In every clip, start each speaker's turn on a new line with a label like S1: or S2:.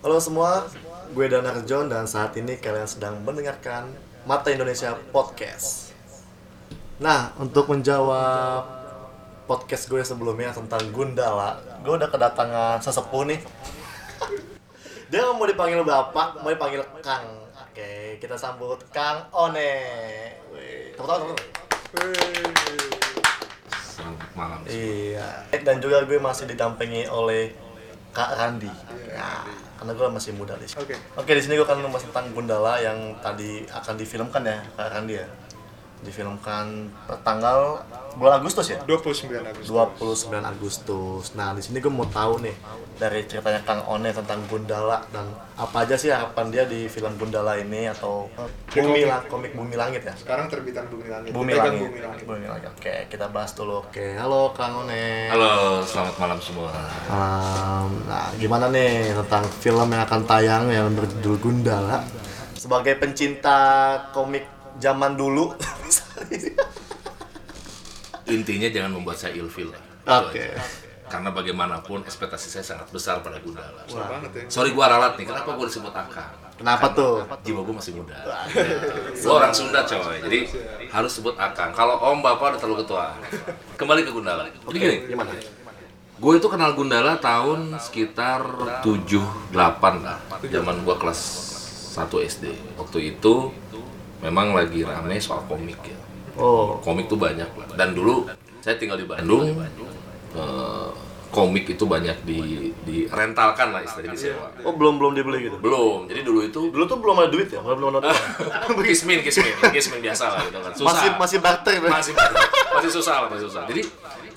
S1: Halo semua, gue Danar John dan saat ini kalian sedang mendengarkan Mata Indonesia Podcast. Nah, untuk menjawab podcast gue sebelumnya tentang Gundala, gue udah kedatangan sesepuh nih. Dia mau dipanggil bapak, mau dipanggil Kang. Oke, kita sambut Kang One. Wih, Tepuk tangan, tepuk tangan.
S2: Selamat malam.
S1: Iya. Dan juga gue masih didampingi oleh Kak Randi. Nah, karena gue masih muda di sini.
S3: Oke.
S1: Oke, di sini gue akan membahas tentang Gundala yang tadi akan difilmkan ya, Kak Randi ya. Difilmkan per tanggal bulan Agustus ya.
S3: 29 Agustus.
S1: 29 Agustus. Nah, di sini gue mau tahu nih dari ceritanya Kang One tentang Gundala dan apa aja sih harapan dia di film Gundala ini atau Bumi Lang- komik Bumi Langit ya.
S3: Sekarang terbitan Bumi Langit.
S1: Bumi
S3: Pegang
S1: Langit.
S3: Bumi Langit.
S1: Bumi Langit. Oke, kita bahas dulu. Oke, halo Kang One.
S2: Halo, selamat malam semua.
S1: Um, nah, gimana nih tentang film yang akan tayang yang berjudul Gundala? Sebagai pencinta komik zaman dulu.
S2: Intinya jangan membuat saya ilfil lah. Itu
S1: Oke.
S2: aja. Karena bagaimanapun ekspektasi saya sangat besar pada Gundala.
S3: Besar banget ya.
S2: Sorry gua ralat nih, kenapa gua disebut akang?
S1: Kenapa tuh?
S2: Jiwa gua masih muda. Gua orang Sunda coy, jadi harus sebut akang. Kalau om bapak udah terlalu ketua. Kembali ke Gundala. Jadi gini,
S1: Gimana?
S2: Gue itu kenal Gundala tahun sekitar 78 lah, zaman gua kelas 1 SD. Waktu itu memang lagi rame soal komik ya.
S1: Oh,
S2: Komik tuh banyak lah. Dan dulu saya tinggal di Bandung. eh, komik itu banyak di direntalkan lah istilahnya disewa.
S1: oh belum belum dibeli gitu.
S2: Belum. Jadi dulu itu
S1: Dulu tuh belum ada duit ya, belum belum ada. duit.
S2: kismin, kismin, kismin biasa lah gitu kan. Susah.
S1: masih masih barter.
S2: masih masih susah masih susah jadi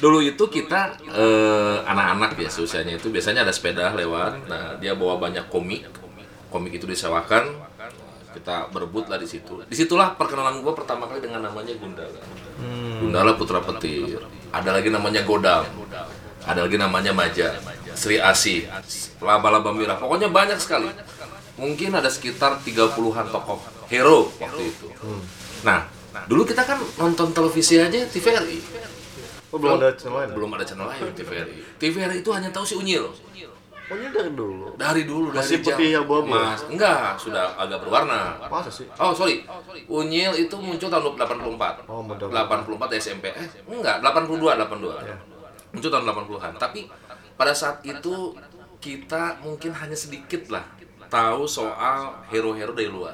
S2: dulu itu kita eh, anak-anak ya usianya itu biasanya ada sepeda lewat nah dia bawa banyak komik komik itu disewakan kita berebut lah di situ disitulah perkenalan gua pertama kali dengan namanya Gundala Gundala Putra Petir ada lagi namanya Godam ada lagi namanya Maja Sri Asi laba-laba merah pokoknya banyak sekali mungkin ada sekitar 30-an tokoh hero waktu itu
S1: Hmm.
S2: nah dulu kita kan nonton televisi aja TVRI
S1: Oh, belum ada channel lain. ya?
S2: belum ada channel lain TVRI. TVRI itu hanya tahu si Unyil.
S1: Oh, ini dari dulu.
S2: Dari dulu
S1: Masih
S2: dari jam-
S1: putih abu-abu?
S2: Mas, enggak, sudah agak berwarna.
S1: Masa sih?
S2: Oh, sorry. Unyil itu muncul tahun 84.
S1: Oh, mudah. Iya.
S2: 84 SMP. Eh, enggak, 82, 82. Muncul tahun 80-an. Tapi pada saat itu kita mungkin hanya sedikit lah tahu soal hero-hero dari luar.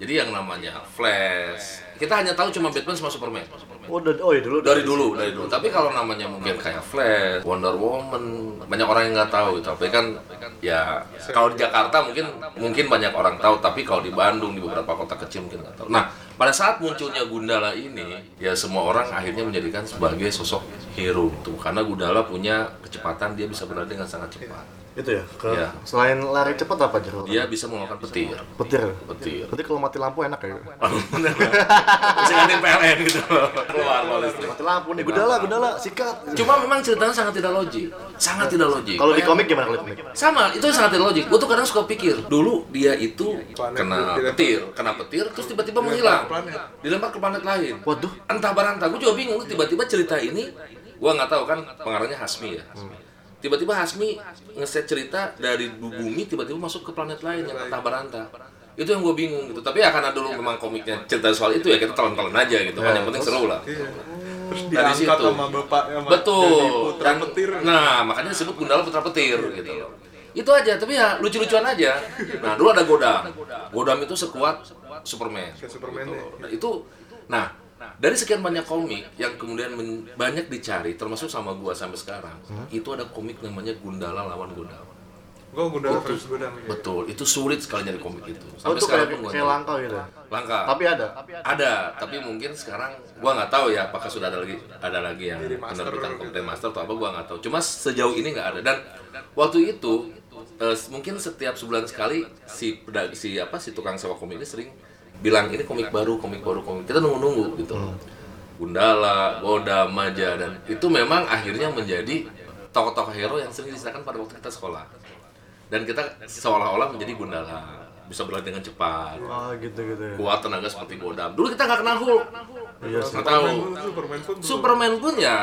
S2: Jadi yang namanya Flash, kita hanya tahu cuma Batman sama Superman.
S1: Oh, dari, oh ya dulu
S2: dari dulu dari dulu tapi kalau namanya mungkin kayak Flash Wonder Woman banyak orang yang nggak tahu tapi kan ya kalau di Jakarta mungkin mungkin banyak orang tahu tapi kalau di Bandung di beberapa kota kecil mungkin nggak tahu nah pada saat munculnya Gundala ini ya semua orang akhirnya menjadikan sebagai sosok hero tuh karena Gundala punya kecepatan dia bisa berlari dengan sangat cepat
S1: Itu ya. Ke,
S2: Iya.
S1: Selain lari cepat apa aja? kalau-
S2: dia bisa mengeluarkan petir
S1: Petir. ya?
S2: petir
S1: Berarti kalau mati lampu enak ya?
S2: bisa gantiin PLN gitu loh keluar kalau listrik.
S1: Mati lampu nih, gudala, gudala, sikat.
S2: cuma memang ceritanya sangat tidak logik sangat tidak logik
S1: Kalau di komik gimana kalau di komik?
S2: sama itu yang sangat logik gue tuh kadang suka pikir dulu dia itu kena
S3: Planet.
S2: petir kena petir terus tiba-tiba menghilang dilempar ke planet lain
S1: Waduh.
S2: entah barantah gue juga bingung tiba-tiba cerita ini gue nggak tahu kan pengarangnya Hasmi ya tiba-tiba Hasmi ngeset cerita dari bu- bumi tiba-tiba masuk ke planet lain yang entah barantah itu yang gue bingung gitu tapi ya karena dulu memang komiknya cerita soal itu ya kita telan-telan aja gitu kan yang penting seru lah
S3: Iya. Terus
S2: Dari
S3: diangkat
S2: situ.
S3: sama bapak sama
S2: Betul.
S3: jadi putra
S2: Dan-
S3: petir. Iya,
S2: Nah, makanya disebut Gundala Putra Petir gitu loh. Itu aja, tapi ya lucu-lucuan aja. Nah, dulu ada Godam. Godam itu sekuat Superman.
S3: Kayak Superman
S2: gitu
S3: ya.
S2: loh. Nah, itu nah dari sekian banyak komik yang kemudian men- banyak dicari termasuk sama gua sampai sekarang,
S3: Hmm?
S2: itu ada komik namanya Gundala lawan Godam.
S3: Gua Gundala versus Godam. ya.
S2: Betul, itu sulit sekali nyari komik itu.
S1: Oh,
S2: Sampai
S1: itu
S2: sekarang
S1: kayak,
S2: pun Ah. gua
S1: kayak
S2: nyari.
S1: langka gitu. ya?
S2: langka.
S1: Tapi ada.
S2: ada tapi mungkin sekarang gua nggak tahu ya apakah sudah ada lagi ada lagi yang
S3: master
S2: penerbitan
S3: gitu.
S2: Kapten Master atau apa gua nggak tahu cuma sejauh ini nggak ada dan waktu itu eh, mungkin setiap sebulan sekali si pedag si apa si tukang sewa komik ini sering bilang ini komik baru komik baru komik kita nunggu nunggu gitu
S3: Hmm.
S2: Gundala, Goda, Maja dan itu memang akhirnya menjadi tokoh-tokoh hero yang sering diceritakan pada waktu kita sekolah dan kita seolah-olah menjadi Gundala bisa berlari dengan cepat
S1: Oh gitu gitu. ya.
S2: kuat tenaga seperti Godam dulu kita nggak kenal Hulk
S1: Iya sih.
S2: Nggak tahu.
S3: pun, Superman pun belum.
S2: Superman pun ya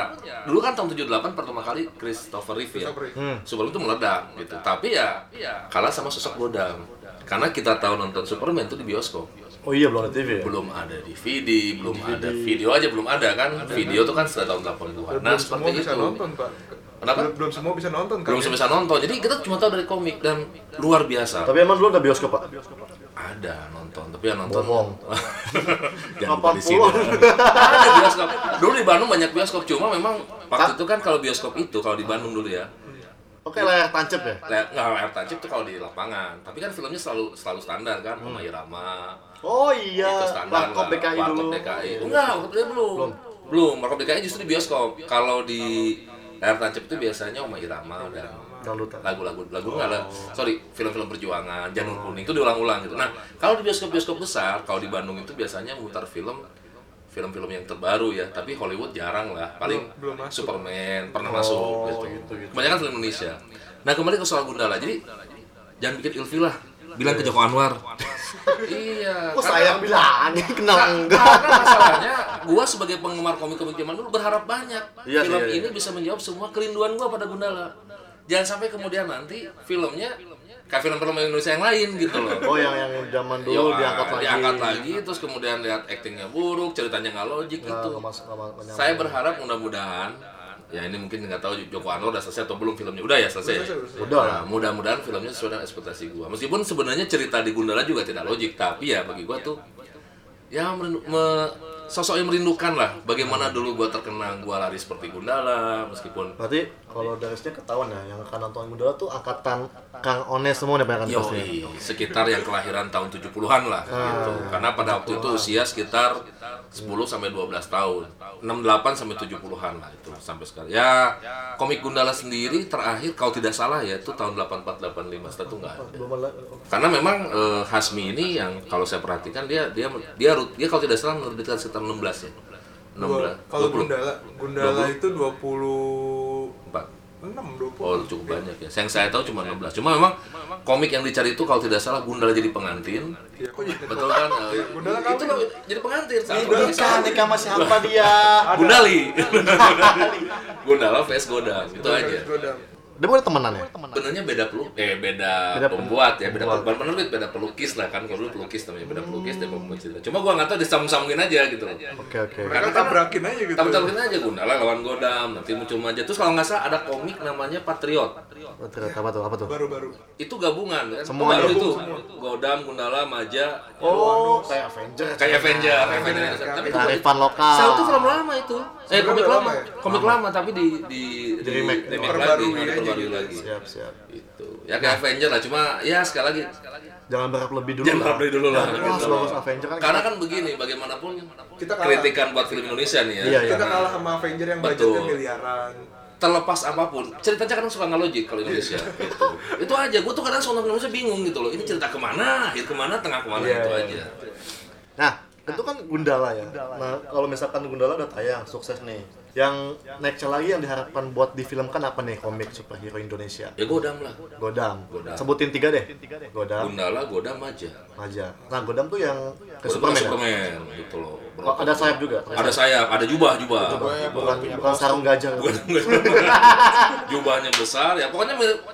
S2: dulu kan tahun 78 pertama kali Christopher Reeve ya
S3: Super.
S1: Hmm.
S2: sebelum itu meledak gitu tapi ya kalah sama sosok Godam karena kita tahu nonton Superman itu di bioskop
S1: Oh iya belum ada TV ya.
S2: belum ada DVD, belum ada video aja belum ada kan. Video itu kan setelah tahun 80-an.
S3: belum semua
S2: Nah, seperti
S3: bisa
S2: itu.
S3: nonton pak
S2: Kenapa?
S3: belum, belum semua bisa nonton kan
S2: Belum bisa nonton. Jadi kita cuma tahu dari komik dan luar biasa.
S1: Tapi emang dulu ada bioskop pak?
S2: Ada nonton, tapi yang nonton
S1: Bohong.
S2: Jangan lupa di sini.
S1: 80.
S2: Ada bioskop. Dulu di Bandung banyak bioskop, cuma memang waktu itu kan kalau bioskop itu kalau di Bandung dulu ya.
S1: Oke layar tancep ya.
S2: Layar nggak layar tancap itu kalau di lapangan. Tapi kan filmnya selalu selalu standar kan, Mama Irama,
S1: Oh
S2: itu
S1: iya.
S2: standar
S1: Warkop
S2: lah.
S1: DKI dulu.
S2: Warkop DKI. Enggak, Warkop DKI belum. Belum. Belum, Warkop DKI justru di bioskop. Kalau di layar tancap itu biasanya Oma Irama dan
S1: Dangdutan.
S2: lagu-lagu lagu enggak lah. Sorry, film-film perjuangan, Janur Kuning itu diulang-ulang gitu. Nah, kalau di bioskop-bioskop besar, kalau di Bandung itu biasanya mutar film film-film yang terbaru ya, tapi Hollywood jarang lah. Paling
S3: Belum- belum masuk.
S2: Superman pernah masuk gitu.
S1: gitu, gitu.
S2: Kebanyakan film Indonesia. Nah, kembali ke soal Gundala. Jadi jangan bikin ilfil lah. Bilang ke Joko Anwar. iya.
S1: Kok
S2: karena-
S1: sayang bilang kenal
S2: Nah,
S1: enggak?
S2: Karena masalahnya, gua sebagai penggemar komik-komik zaman dulu berharap banyak
S1: Iya sih,
S2: film
S1: iya, iya.
S2: ini bisa menjawab semua kerinduan gua pada Gundala. Jangan sampai kemudian nanti filmnya kayak film-film Indonesia yang lain gitu loh.
S1: Oh yang yang zaman dulu
S2: Yo,
S1: diangkat
S2: ah,
S1: lagi.
S2: diangkat lagi, terus kemudian lihat aktingnya buruk, ceritanya nggak logik
S1: Nah,
S2: gitu.
S1: nggak masuk nggak masuk- nggak nyambung.
S2: Saya berharap mudah-mudahan ya ini mungkin nggak tahu Joko Anwar udah selesai atau belum filmnya udah ya
S3: Udah
S2: selesai.
S3: selesai,
S1: udah.
S2: Nah, mudah-mudahan filmnya sesuai dengan ekspektasi gua. Meskipun sebenarnya cerita di Gundala juga tidak logik, tapi ya bagi gua tuh ya merindu- me- sosok yang merindukan lah bagaimana dulu gua terkenang gua lari seperti Gundala meskipun
S1: Berarti kalau darisnya ketahuan ya, yang akan nonton Gundala tuh angkatan Kang Ones semua nih banyak kan pasti.
S2: Yoi, sekitar yang kelahiran tahun 70-an lah gitu. Karena pada waktu itu usia sekitar 10 sampai 12 tahun. 68 sampai 70-an lah itu sampai sekarang. Ya, komik Gundala sendiri terakhir kalau tidak salah ya itu tahun 84 85 setelah itu nggak ada.
S1: Belum ada.
S2: Karena memang eh, Hasmi ini yang kalau saya perhatikan dia dia dia rut- dia kalau tidak salah menerbitkan sekitar 16 ya. 16.
S3: Dua- kalau
S2: 20.
S3: Gundala Gundala
S2: 20.
S3: itu 20
S2: Empat.
S3: 6 20
S2: Oh cukup banyak ya. Yang saya tahu cuma 16. Cuma memang komik yang dicari itu kalau tidak salah Gundala jadi pengantin.
S3: Ya, kok jadi
S2: Betul kan? Eh,
S3: Gundala
S2: itu loh, jadi pengantin.
S1: Nikah, nikah sama siapa dia?
S2: Gundali. Gundala vs Godam itu aja.
S3: Godam.
S1: Dia bukan temenan ya?
S2: Sebenarnya beda peluk, eh beda,
S1: Beda pem-
S2: pembuat ya, beda pembuat penerbit, beda pelukis lah kan kalau dulu pelukis namanya beda pelukis
S3: Hmm.
S2: dan pembuat cerita. Cuma gua nggak tahu disambung-sambungin aja gitu loh.
S1: Oke oke.
S3: Mereka
S2: kan
S3: tabrakin aja gitu.
S2: Tampil-tampilin aja Gundala lawan Godam, nanti muncul aja. Terus kalau nggak salah ada komik namanya Patriot.
S1: Ternyata apa tuh? Apa tuh?
S3: Baru-baru.
S2: Itu gabungan kan?
S1: Semua
S2: baru
S1: gabung,
S2: itu. Godam, Gundala, Maja,
S1: Oh, kayak Avenger.
S2: kayak Avenger, Avenger. Tapi itu
S1: Tarifan lokal.
S2: Salah itu film lama itu. Eh
S3: Sebenarnya
S2: komik
S3: udah
S2: lama,
S3: lama ya?
S2: komik lama tapi di di, di
S1: remake.
S2: lagi,
S3: Diperbarui aja
S2: diperbarui
S3: gitu.
S2: lagi.
S1: Siap siap.
S2: Itu. Ya kayak Avenger lah, cuma ya sekali lagi
S1: Jangan berharap lebih dulu.
S2: jangan
S1: lah.
S2: beli dulu lah.
S1: Wah, sebagus Avenger kan.
S2: Karena kan begini, bagaimanapun
S3: Kita kalah.
S2: kritikan buat film Indonesia nih ya.
S1: Iya, iya.
S3: Kita kalah sama Avenger yang budgetnya
S2: Betul.
S3: miliaran.
S2: Terlepas apapun, ceritanya kadang suka nggak logik
S1: Iya.
S2: kalau Indonesia. gitu. Itu aja, gue tuh kadang suka Indonesia bingung gitu loh. Ini cerita kemana, akhir kemana, tengah kemana,
S1: Iya,
S2: itu
S1: iya.
S2: aja.
S1: Nah, itu kan Gundala ya. Nah, kalau misalkan Gundala udah tayang, sukses nih. Yang next lagi yang diharapkan buat difilmkan apa nih komik superhero Indonesia?
S2: Ya Godam lah.
S1: Godam.
S2: Godam.
S1: Sebutin tiga deh. Godam.
S2: Gundala, Godam aja.
S1: aja. Nah, Godam tuh yang ke
S2: Godam
S1: Superman.
S2: Superman,
S1: ya?
S2: gitu loh.
S1: Oh, ada sayap juga.
S2: Ada sayap, ada jubah-jubah.
S1: bukan bukan sarung gajah.
S2: Bukan- bukan. jubahnya besar ya pokoknya mirip-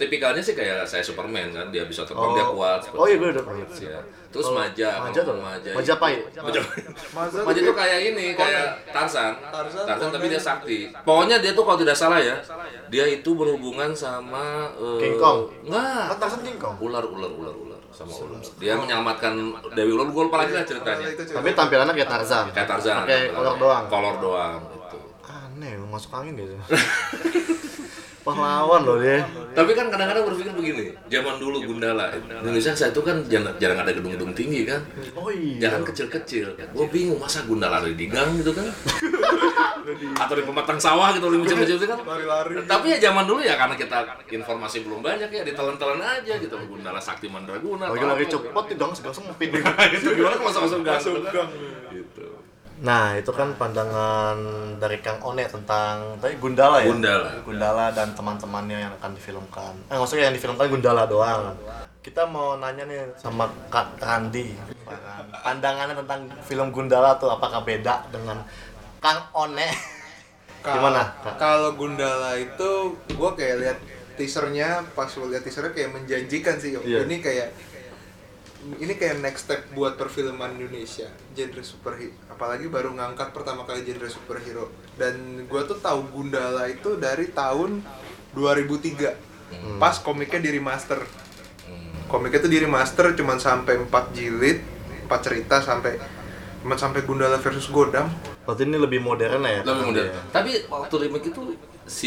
S2: tipikalnya sih kayak saya Superman kan dia bisa terbang dia kuat
S1: Oh iya,
S2: seperti
S1: gue udah pernah lihat
S2: itu
S1: sih.
S2: ya. terus Maja
S1: Maja tuh.
S2: kalau Maja iya.
S1: Maja pahit.
S2: Maja
S3: Masa
S2: Maja tuh kayak ini kayak Tarzan
S3: Tarzan,
S2: Tarzan tapi
S3: Conan.
S2: dia sakti pokoknya dia tuh kalau tidak salah ya dia itu berhubungan sama eh,
S1: King Kong.
S2: enggak
S1: Kan Tarzan King Kong.
S2: ular ular ular ular sama ular dia menyelamatkan Dewi Ular gue lupa lagi lah ceritanya
S3: itu
S1: Tapi tampilannya kayak Tarzan.
S2: kayak Tarzan
S1: Pakai kolor doang.
S2: kolor doang gitu
S1: Aneh, lu masuk angin gitu. Pahlawan loh dia.
S2: Tapi kan kadang-kadang berpikir begini, zaman dulu Gundala, Indonesia saya itu kan jarang, jarang ada gedung-gedung tinggi kan,
S1: Oh iya.
S2: jarang kecil-kecil. Gue bingung masa Gundala ada di gang gitu kan, atau di pematang sawah gitu lebih kecil-kecil gitu kan.
S3: Lari-lari.
S2: Tapi ya zaman dulu ya karena kita informasi belum banyak ya ditelan-telan aja gitu Gundala Sakti Mandraguna.
S1: Lagi
S2: atau
S1: lagi
S2: apa.
S1: copot di dong segang sempit.
S2: Itu gimana kok masuk-masuk gang?
S3: Masuk
S2: gitu kan?
S3: gang.
S2: Gitu.
S1: Nah, itu kan pandangan dari Kang One tentang tadi Gundala ya.
S2: Gundala.
S1: Gundala dan teman-temannya yang akan difilmkan. Eh, maksudnya yang difilmkan Gundala doang. Kita mau nanya nih sama Kak Randi. Pandangannya tentang film Gundala tuh apakah beda dengan Kang One?
S3: Kal-
S1: Gimana, Kak?
S3: Kalau Gundala itu gue kayak lihat teasernya pas gue lihat teasernya kayak menjanjikan sih. Om.
S1: Iya.
S3: Ini kayak ini kayak next step buat perfilman Indonesia genre superhero apalagi baru ngangkat pertama kali genre superhero dan gue tuh tahu Gundala itu dari tahun
S1: Hmm.
S3: 2003 pas komiknya di remaster komiknya tuh di remaster cuman sampai 4 jilid 4 cerita sampai cuman sampai Gundala versus Godam
S1: Berarti ini lebih modern ya?
S2: Lebih
S1: Kak?
S2: mudah.
S1: Iya.
S2: Tapi waktu remake itu si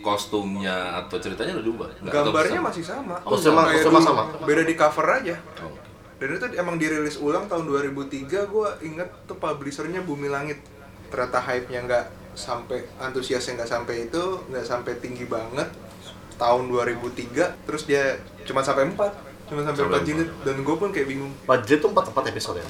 S2: kostumnya atau ceritanya udah diubah. Nggak, atau
S3: gambarnya
S2: sama?
S3: masih sama
S1: Oh, sama-
S3: Kayak
S1: sama-
S3: dulu,
S1: sama.
S3: beda di cover aja
S2: Oh, oke.
S3: dan itu emang dirilis ulang tahun 2003 gue inget tuh publishernya Bumi Langit ternyata hype-nya nggak sampai antusiasnya nggak sampai itu nggak sampai tinggi banget tahun 2003 terus dia cuma sampai 4 cuma sampai
S2: Sampai
S3: 4 jilid dan gue pun kayak bingung
S1: Budget tuh 4 4 episode ya.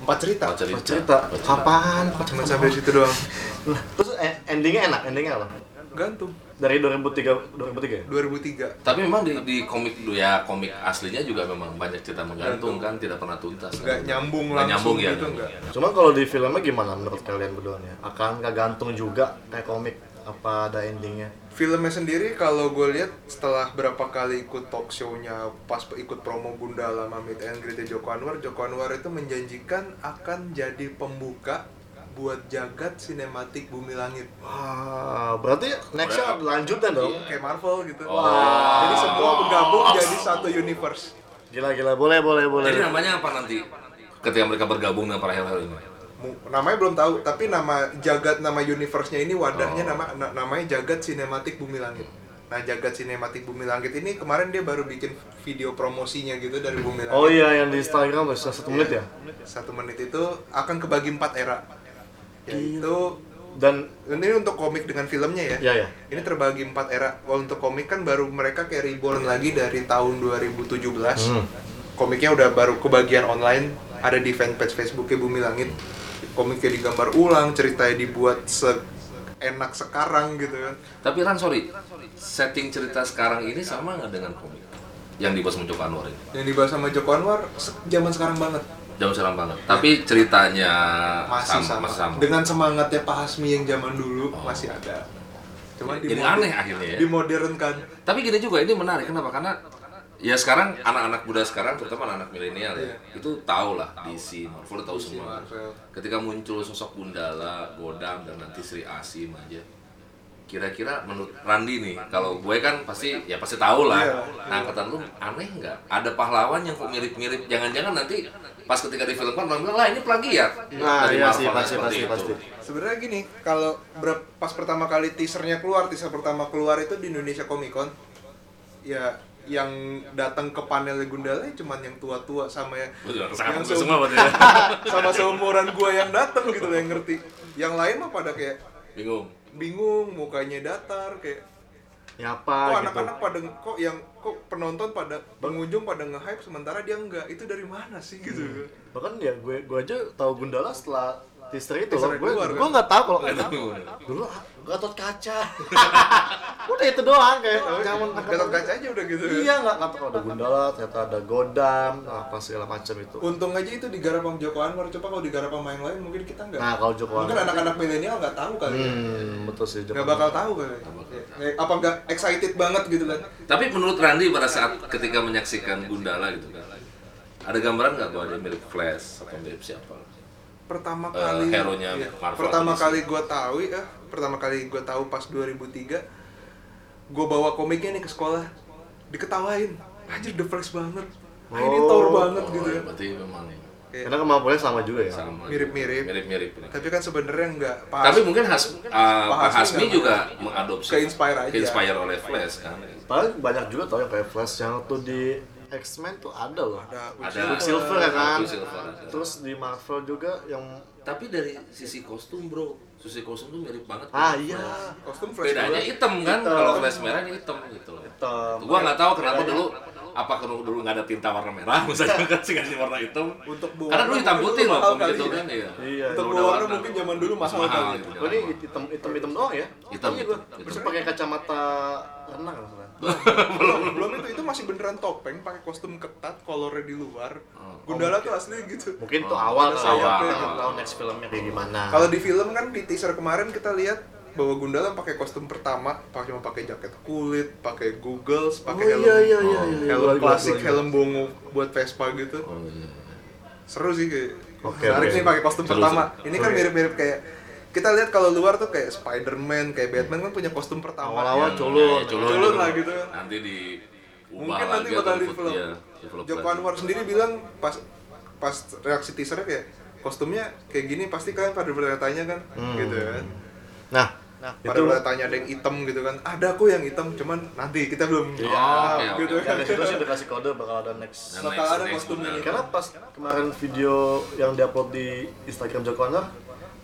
S3: 4 cerita
S2: Empat cerita.
S1: Cerita. cerita. Apaan?
S3: cuma sampai situ doang
S1: Nah, Terus eh, endingnya enak, endingnya apa?
S3: gantung
S1: Dari 2003 2003 ya?
S3: 2003
S2: Tapi memang di, di komik ya komik aslinya juga memang banyak cerita menggantung kan tidak pernah tuntas.
S3: nggak
S2: kan?
S3: nyambung
S2: Nggak
S3: langsung
S2: nyambung ya.
S3: gitu
S2: nyambung.
S3: nggak
S1: Cuman kalau di filmnya gimana menurut kalian berdua nih? Akan nggak gantung juga kayak komik apa ada endingnya?
S3: Filmnya sendiri kalau gue lihat setelah berapa kali ikut talk show-nya pas ikut promo Gundala sama Meet and Greet-nya Joko Anwar, Joko Anwar itu menjanjikan akan jadi pembuka buat jagat sinematik bumi langit.
S1: Wah, berarti nextnya lanjutan dong.
S3: Kayak Marvel gitu.
S2: Oh.
S3: Jadi semua bergabung jadi satu universe.
S1: Gila gila boleh boleh boleh.
S2: Jadi namanya apa nanti ketika mereka bergabung dengan para hero ini?
S3: Mu- Namanya belum tahu, tapi nama jagat nama universe-nya ini wadahnya nama na- namanya jagat sinematik bumi langit. Nah, jagat sinematik bumi langit ini kemarin dia baru bikin video promosinya gitu dari bumi langit.
S1: Oh iya yang di Instagram bisa satu menit ya.
S3: satu menit itu akan kebagi empat era yaitu
S1: Dan
S3: ini untuk komik dengan filmnya ya
S1: ya ya.
S3: ini terbagi empat era kalau untuk komik kan baru mereka kayak reborn lagi dari tahun 2017
S1: Hmm.
S3: komiknya udah baru kebagian online ada di fanpage Facebooknya Bumi Langit komiknya digambar ulang ceritanya dibuat se enak sekarang gitu kan
S2: Tapi Ran sorry, setting cerita sekarang ini sama nggak dengan komik yang dibuat sama Joko Anwar ini?
S3: yang dibahas sama Joko Anwar se- zaman sekarang banget
S2: Jauh seram banget. Tapi ceritanya
S3: masih sama,
S2: Masih sama. Oh.
S3: dengan semangatnya Pak Hasmi yang zaman dulu masih ada cuman
S2: Jadi
S3: dimoder-
S2: aneh akhirnya ya.
S3: dimodernkan
S2: Tapi gini juga ini menarik kenapa? Karena ya sekarang anak-anak muda sekarang terutama anak-anak milenial
S3: Iya.
S2: ya itu tahu lah DC Marvel tahu semua.
S3: Marvel.
S2: Ketika muncul sosok Gundala, Godam dan nanti Sri Asim aja. Kira-kira menurut Randi nih, kalau gue kan pasti ya pasti tahu lah.
S3: Iya.
S2: Nah, angkatan lu aneh nggak? Ada pahlawan yang kok mirip-mirip? Jangan-jangan nanti pas ketika difilmkan orang bilang lah ini plagiat.
S1: Nah,
S2: Dari
S1: iya
S2: Marvel
S1: sih
S2: kan
S1: pasti
S2: seperti
S1: pasti
S2: itu.
S1: pasti.
S3: Sebenarnya gini, kalau ber- pas pertama kali teasernya keluar, teaser pertama keluar itu di Indonesia Comic Con, ya yang datang ke panel Gundala cuman yang tua-tua sama ya
S2: Betul, sama
S3: seum-
S2: semua berarti ya.
S3: sama seumuran gua yang datang gitu loh, yang ngerti. Yang lain mah pada kayak
S2: Bingung.
S3: bingung, mukanya datar kayak
S1: Ya apa
S3: kok
S1: gitu.
S3: Oh, anak-anak pada kok yang kok penonton pada pengunjung pada nge-hype sementara dia enggak. Itu dari mana sih gitu.
S1: Bahkan ya gue gue aja tahu Gundala setelah teaser itu loh.
S3: Teaser
S1: Gue
S3: keluar,
S1: gue
S3: kan?
S1: nggak tahu kalau
S2: Bingung.
S1: dulu Gatot Kaca. Udah itu doang kayak zaman
S3: Gatot kaca aja udah gitu.
S1: Iya nggak nggak tahu ada Gundala, ternyata ada Godam, apa segala macam itu.
S3: Untung aja itu digarap sama Joko Anwar. Coba kalau digarap sama yang lain mungkin kita nggak.
S1: Nah kalau Joko
S3: mungkin
S1: Anwar-
S3: anak-anak milenial nggak tahu kali. ya.
S1: Hmm, betul sih Joko
S3: Nggak bakal tahu kali. Eh, apa nggak excited banget gitu kan?
S2: Tapi menurut Randi pada saat ketika menyaksikan Gundala gitu kan, ada gambaran nggak bahwa dia mirip Flash atau mirip siapa?
S3: Pertama
S2: Eh,
S3: kali.
S2: hero-nya
S3: iya.
S2: Marvel
S3: Pertama
S2: atau
S3: kali gue tahu, eh, pertama kali gue tahu pas 2003, gue bawa komiknya nih ke sekolah, diketawain. Anjir the Flash banget. Ah, ini
S1: Oh.
S3: Thor banget
S2: Oh,
S3: gitu
S2: ya,
S3: ya.
S2: berarti memang ya,
S1: Anwar. Karena kemampuannya sama juga ya.
S2: sama.
S3: Mirip-mirip.
S2: Mirip-mirip. ya.
S3: Tapi kan sebenarnya nggak pas.
S2: Tapi mungkin Has, ah,
S3: Pak
S2: Pak
S3: Hasmi
S2: Hasmi
S3: nggak
S2: juga mengadopsi.
S3: Ke-inspire aja.
S2: Ke-inspire oleh Flash kan.
S1: Padahal banyak juga tau yang kayak Flash yang tuh di X-Men tuh ada loh.
S3: Ada
S2: Ada
S1: Silver ya kan.
S2: Silver.
S1: Terus di Marvel juga yang
S2: Tapi dari sisi kostum bro, sisi kostum tuh mirip banget.
S1: ah iya
S3: kostum Flash
S2: Bedanya
S3: doang.
S2: hitam kan, kalau Flash merah ini hitam gitu. loh.
S1: Hitam.
S2: Gua nggak tahu kenapa dulu apa kalau dulu nggak ada tinta warna merah misalnya kan sih kasih warna hitam
S3: Untuk bu
S2: karena dulu hitam putih loh
S3: mahal
S2: komik
S3: kali
S2: itu
S3: ya.
S2: kan iya
S1: Iya.
S3: Untuk bu
S2: Udah
S3: warna
S2: warna.
S3: mungkin zaman dulu mahal
S2: Mahal
S3: kali.
S2: gitu.
S1: Oh, ini hitam hitam hitam doang ya?
S2: Hitam,
S1: Iya, gua.
S2: hitam. Oh.
S1: Terus pakai kacamata renang kalau salah.
S3: belum belum itu itu masih beneran topeng pakai kostum ketat kolornya di luar
S2: Oh.
S3: Gundala tuh asli gitu
S1: Mungkin tuh
S2: Oh,
S1: awal
S3: ada
S1: kali ya,
S3: sayapnya.
S1: kita nggak tahu next filmnya kayak gimana.
S2: Ah.
S3: kalau di film kan di teaser kemarin kita lihat bahwa Gundala pakai kostum pertama pakai cuma pakai jaket kulit pakai goggles pakai helm
S2: iya, iya,
S3: helm klasik helm bongo buat Vespa gitu
S2: Oh, iya.
S3: seru sih kayak
S1: Oke,
S3: menarik
S1: oke.
S3: nih pakai kostum
S2: Seru,
S3: pertama ini kan
S1: Oke.
S3: mirip-mirip kayak kita lihat kalau luar tuh kayak Spider-Man, kayak Batman kan punya kostum pertama.
S1: Awal-awal.
S2: Yang-
S1: culun.
S2: iya, culun,
S3: Culun
S2: gitu.
S3: lah gitu kan.
S2: nanti di
S3: Mungkin nanti bakal di film.
S2: iya,
S3: Joko Anwar sendiri bilang pas pas reaksi teasernya kayak kostumnya kayak gini pasti kalian pada bertanya-tanya kan
S2: Hmm.
S3: gitu kan.
S1: Nah,
S3: Pada
S1: itu
S3: bertanya ada yang hitam gitu kan. Ada kok yang hitam cuman nanti kita belum.
S2: Iya,
S3: Ah,
S2: oke, oke,
S3: gitu
S2: oke.
S3: kan.
S1: dari ya, situ sih udah kasih kode bakal ada next.
S3: Bakal ada gitu. kostum ini.
S1: Karena pas kemarin video yang diupload di Instagram Joko Anwar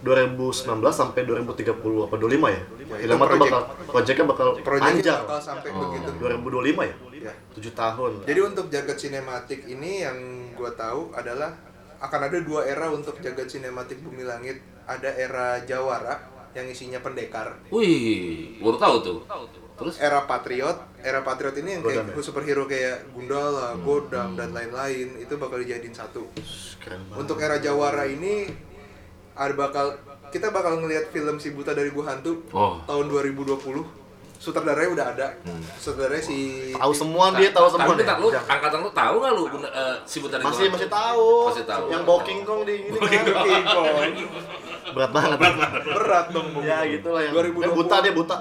S1: 2019 sampai 2030 apa 25 ya?
S3: itu
S1: Film tuh
S3: project.
S1: bakal projectnya bakal
S3: Proyeknya
S1: panjang.
S3: bakal sampai
S2: Oh.
S3: begitu.
S1: 2025 ya?
S3: Ya.
S1: 7 tahun.
S3: Jadi untuk jagat sinematik ini yang gua tahu adalah akan ada dua era untuk jagat sinematik bumi langit. Ada era Jawara yang isinya pendekar.
S2: Wih, baru tahu tuh. Terus
S3: Era patriot, era patriot ini yang kayak
S1: Godam ya? Hmm.
S3: superhero kayak Gundala, Godam dan lain-lain itu bakal dijadiin satu.
S1: keren banget.
S3: Untuk era Jawara ini ada bakal kita bakal ngelihat film Si Buta dari Gua Hantu
S2: Oh.
S3: tahun 2020. Sutradaranya udah ada. Sutradaranya si
S1: Hmm. tahu semua dia tahu semua.
S2: Tapi bentar, lu
S1: Jangan.
S2: angkatan lu tahu nggak lu guna, eh, si Buta dari
S1: masih
S2: Gua?
S1: masih tahu.
S2: Masih tahu.
S1: Yang Boking Kong di ini kan.
S3: King Kong.
S1: Berat banget.
S3: Berat dong. Bung.
S1: Ya gitulah yang
S3: 2020.
S1: yang buta dia buta.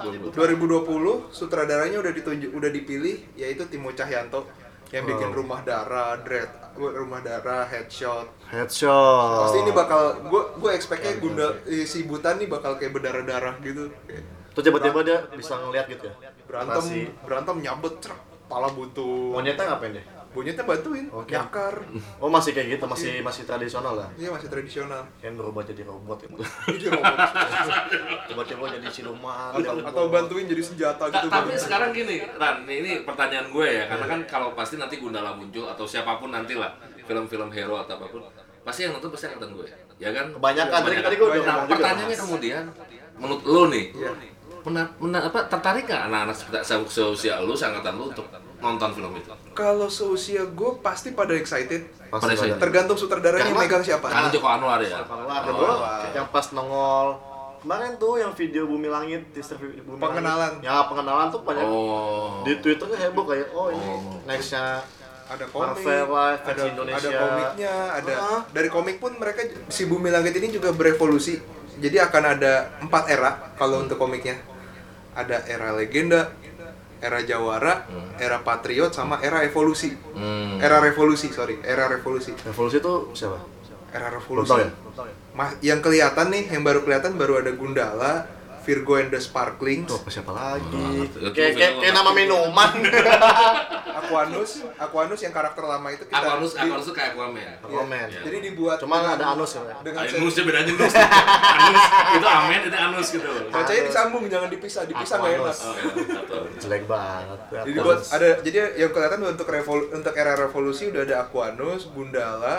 S3: 2020 sutradaranya udah ditunjuk udah dipilih yaitu Timo Cahyanto
S1: Oh.
S3: yang bikin rumah darah, dread, rumah darah, headshot.
S1: Headshot.
S3: Pasti ini bakal gua gua
S1: Iya,
S3: expect-nya Gundal eh, si Buta nih bakal kayak berdarah-darah gitu. Kayak
S1: Terus tiba-tiba dia bisa ngeliat gitu ya.
S3: Berantem,
S1: Masih.
S3: berantem nyabet truk, pala butuh.
S1: Monyetnya ngapain deh?
S3: Monyetnya bantuin,
S1: Oke.
S3: nyakar.
S1: Oh masih kayak gitu, masih masih tradisional lah.
S3: Iya masih tradisional.
S1: Yang berubah jadi robot ya.
S3: Jadi robot.
S1: Tiba-tiba jadi siluman.
S3: atau,
S1: robot.
S3: atau bantuin jadi senjata
S2: Ta-
S3: gitu.
S2: tapi sekarang gini, Ran, ini- ini pertanyaan gue ya, karena kan kalau pasti nanti Gundala muncul atau siapapun nantilah film-film hero atau apapun, pasti yang nonton pasti angkatan gue, ya kan?
S1: Kebanyakan, tadi- tadi gue udah
S2: Nah,
S1: ngomong juga. Iya.
S2: pertanyaannya kemudian, menurut lo nih, mena- mena- apa, tertarik nggak anak-anak sepeda- se- seusia lo, seangkatan lo untuk nonton film itu?
S3: Kalau seusia gue pasti pada excited.
S1: Pasti
S2: Pada saya.
S1: banyak.
S3: Tergantung sutradaranya yang
S1: Karena-
S3: megang siapa.
S2: Karena Joko Anwar ya.
S1: Kelar,
S2: Oh,
S1: kedua,
S2: oke.
S1: yang pas nongol kemarin tuh yang video bumi langit teaser vi- bumi
S3: Pengenalan.
S1: langit. ya pengenalan tuh banyak
S2: Oh.
S1: di twitternya heboh kayak oh ini nextnya
S3: ada komik,
S1: Marvel Live,
S3: ada,
S1: versi Indonesia.
S3: ada komiknya, ada
S1: Ah.
S3: dari komik pun mereka si Bumi Langit ini juga berevolusi. Jadi akan ada empat era kalau untuk komiknya. Ada era legenda, era jawara,
S1: Hmm.
S3: era patriot, sama era evolusi.
S2: Hmm.
S1: Eh,
S3: Era revolusi, sorry, era revolusi,
S1: revolusi tuh siapa?
S3: era
S1: Belum
S3: revolusi.
S1: tahu ya?
S3: Ma- yang kelihatan nih, yang baru kelihatan baru ada Gundala, Virgo and the Sparklings,
S1: Tuh apa siapa lagi?
S2: Nggak ngerti.
S1: Kayak kayak kayak nama minuman.
S3: Aquanus, Aquanus yang karakter lama itu kita
S2: Aquanus,
S3: di-
S2: Aquanus tuh kayak Aquaman.
S1: Aquaman.
S2: Iya.
S3: jadi dibuat
S1: Cuman
S3: dengan-
S1: ada anus ya, Pak?
S3: dengan
S2: Anus ya bedanya anus. anus itu amen itu anus gitu.
S1: Iya.
S2: Oh, iya,
S3: Bacanya disambung, jangan dipisah, dipisah nggak enak.
S1: Aquanus. Jelek banget.
S3: Jadi buat ada jadi yang kelihatan untuk revol, untuk era revolusi udah ada Aquanus, Gundala,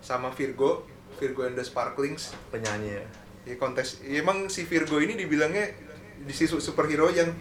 S3: sama Virgo, Virgo and the Sparklings.
S1: penyanyi ya.
S3: Ya kontes, ya, emang si Virgo ini dibilangnya di si su- superhero yang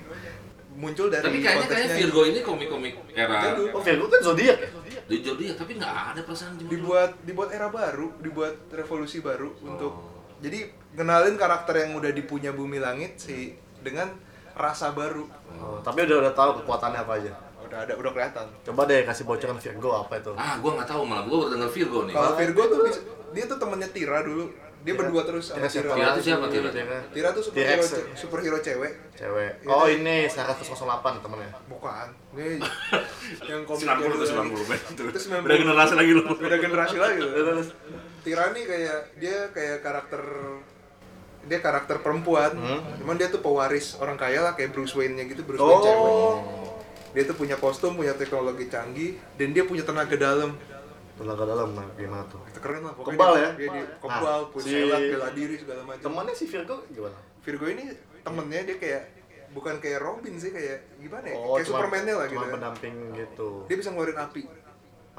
S3: muncul dari
S2: Tapi kayaknya kayaknya
S3: kontesnya
S2: Virgo ini komik-komik era
S3: Jadul.
S1: Oh, Virgo kan zodiak ya?
S2: di Jody ya, tapi nggak ada perasaan di
S3: dibuat dibuat era baru, dibuat revolusi baru untuk
S2: Oh.
S3: jadi kenalin karakter yang udah dipunya Bumi Langit si dengan rasa baru.
S1: Oh, tapi udah udah tahu kekuatannya apa aja.
S3: Udah ada udah kelihatan.
S1: Coba deh kasih bocoran Virgo apa itu?
S2: Ah, gua nggak tahu malah gua baru denger Virgo nih.
S3: Kalau Virgo tuh bisa- dia tuh temennya Tira dulu. Dia berdua terus sama
S1: Iya. Tira siapa?
S2: Tira
S3: Tira.
S2: tuh siapa, Tira?
S3: Tira tuh superhero,
S1: T-Rex ya?
S3: ce- superhero cewek.
S1: Cewek.
S3: Iya.
S1: Oh, ini Sarah 108 temennya.
S3: Bukan. Ini yang komik
S2: 90 ke
S3: yang-
S2: 90 men.
S3: Itu
S2: Itu
S3: 90.
S2: Udah generasi lagi lu.
S3: Beda generasi lagi loh. Tira nih kayak dia kayak karakter dia karakter perempuan.
S1: Hmm?
S3: Cuman dia tuh pewaris orang kaya lah kayak Bruce Wayne-nya gitu, Bruce
S1: Oh.
S3: Wayne cewek. Dia tuh punya kostum, punya teknologi canggih dan dia punya tenaga dalam.
S1: Tenaga dalam nah, gimana tuh?
S3: Itu keren lah pokoknya.
S1: Kebal
S3: dia-
S1: ya?
S3: Dia, dia
S1: Nah,
S3: kebal,
S1: si-
S3: punya bela diri segala macam. Eh,
S1: Temannya si Virgo gimana?
S3: Virgo ini temennya dia kayak bukan kayak Robin sih kayak gimana ya
S1: Oh,
S3: kayak
S1: cuma,
S3: Superman-nya lah gitu
S1: cuma
S3: ya.
S1: pendamping gitu.
S3: dia bisa ngeluarin api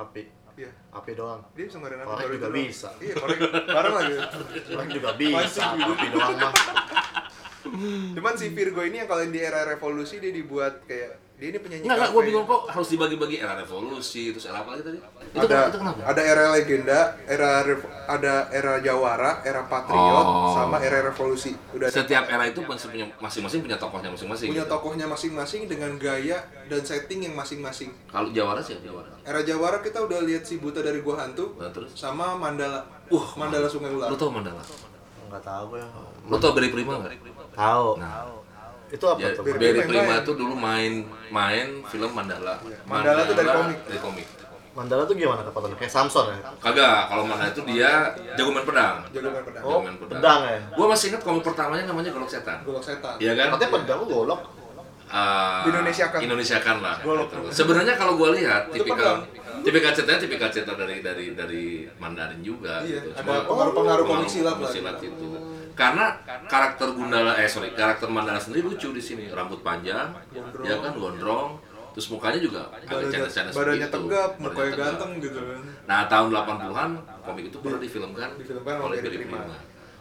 S1: Api,
S3: iya
S1: api doang.
S3: dia bisa ngeluarin api
S1: Korek
S3: baru
S1: juga
S3: itu doang.
S1: bisa.
S3: iya korek bareng lah gitu
S1: Orang juga bisa,
S3: Pancing.
S1: api doang mah.
S3: cuman si Virgo ini yang kalau di era revolusi dia dibuat kayak dia ini penyanyi
S2: Enggak, enggak,
S3: kafe.
S2: gue bingung kok harus dibagi-bagi era revolusi, terus era apa lagi tadi? Itu
S3: ada
S2: kenapa? Itu kenapa?
S3: ada era legenda, era rev- ada era Jawara, era Patriot,
S2: Oh.
S3: sama era revolusi. Udah ada-
S2: Setiap era itu pasti punya- masing-masing punya tokohnya masing-masing.
S3: punya
S2: gitu.
S3: tokohnya masing-masing dengan gaya dan setting yang masing-masing.
S2: Kalau Jawara sih Jawara.
S3: Era Jawara kita udah lihat si buta dari gua hantu
S2: Nah, terus
S3: sama Mandala. Uh, Mandala Sungai Ular.
S2: lu tau Mandala?
S1: Enggak tahu ya.
S2: Lu tau Barry Prima nggak?
S1: Tahu.
S2: Nah.
S1: Itu apa
S2: Ya,
S1: tuh?
S3: Barry
S2: Barry
S3: Prima
S2: Prima
S3: yang
S2: tuh dulu main main film Mandala.
S3: Mandala tuh dari komik.
S2: Dari komik.
S1: Mandala tuh gimana tempatannya? Kayak Samson ya?
S2: Kagak, kalau Mandala itu dia jago main pedang.
S3: Jagoan pedang.
S1: Oh,
S2: Jangan pedang.
S1: pedang ya?
S2: Gua masih ingat komik pertamanya namanya Golok Setan.
S3: Golok setan.
S2: Iya kan?
S1: Katanya pedang lu golok.
S2: Eh,
S3: Indonesiakan.
S2: Indonesiakan lah.
S3: Golok.
S2: Gitu. Sebenarnya kalau gua lihat
S3: Itu
S2: tipikal
S3: pedang.
S2: tipikal ceritanya tipikal cerita dari dari dari Mandarin juga
S3: Iya,
S2: gitu.
S3: ada pengaruh-pengaruh komik silat
S2: pengaruh
S3: lah.
S2: silat itu. Karena karakter Gundala eh sorry karakter Mandala sendiri lucu di sini. Rambut panjang,
S3: Gondrong.
S2: ya kan gondrong, terus mukanya juga ada
S3: Badannya,
S2: canda-canda
S3: badannya
S2: seperti itu.
S3: tegap,
S2: Badannya
S3: mukanya
S2: tegap.
S3: ganteng gitu kan.
S2: Nah, tahun 80-an komik itu pernah difilmkan,
S3: Difilmkan oleh
S2: oleh
S3: Barry
S2: Barry
S3: Prima.
S2: Prima.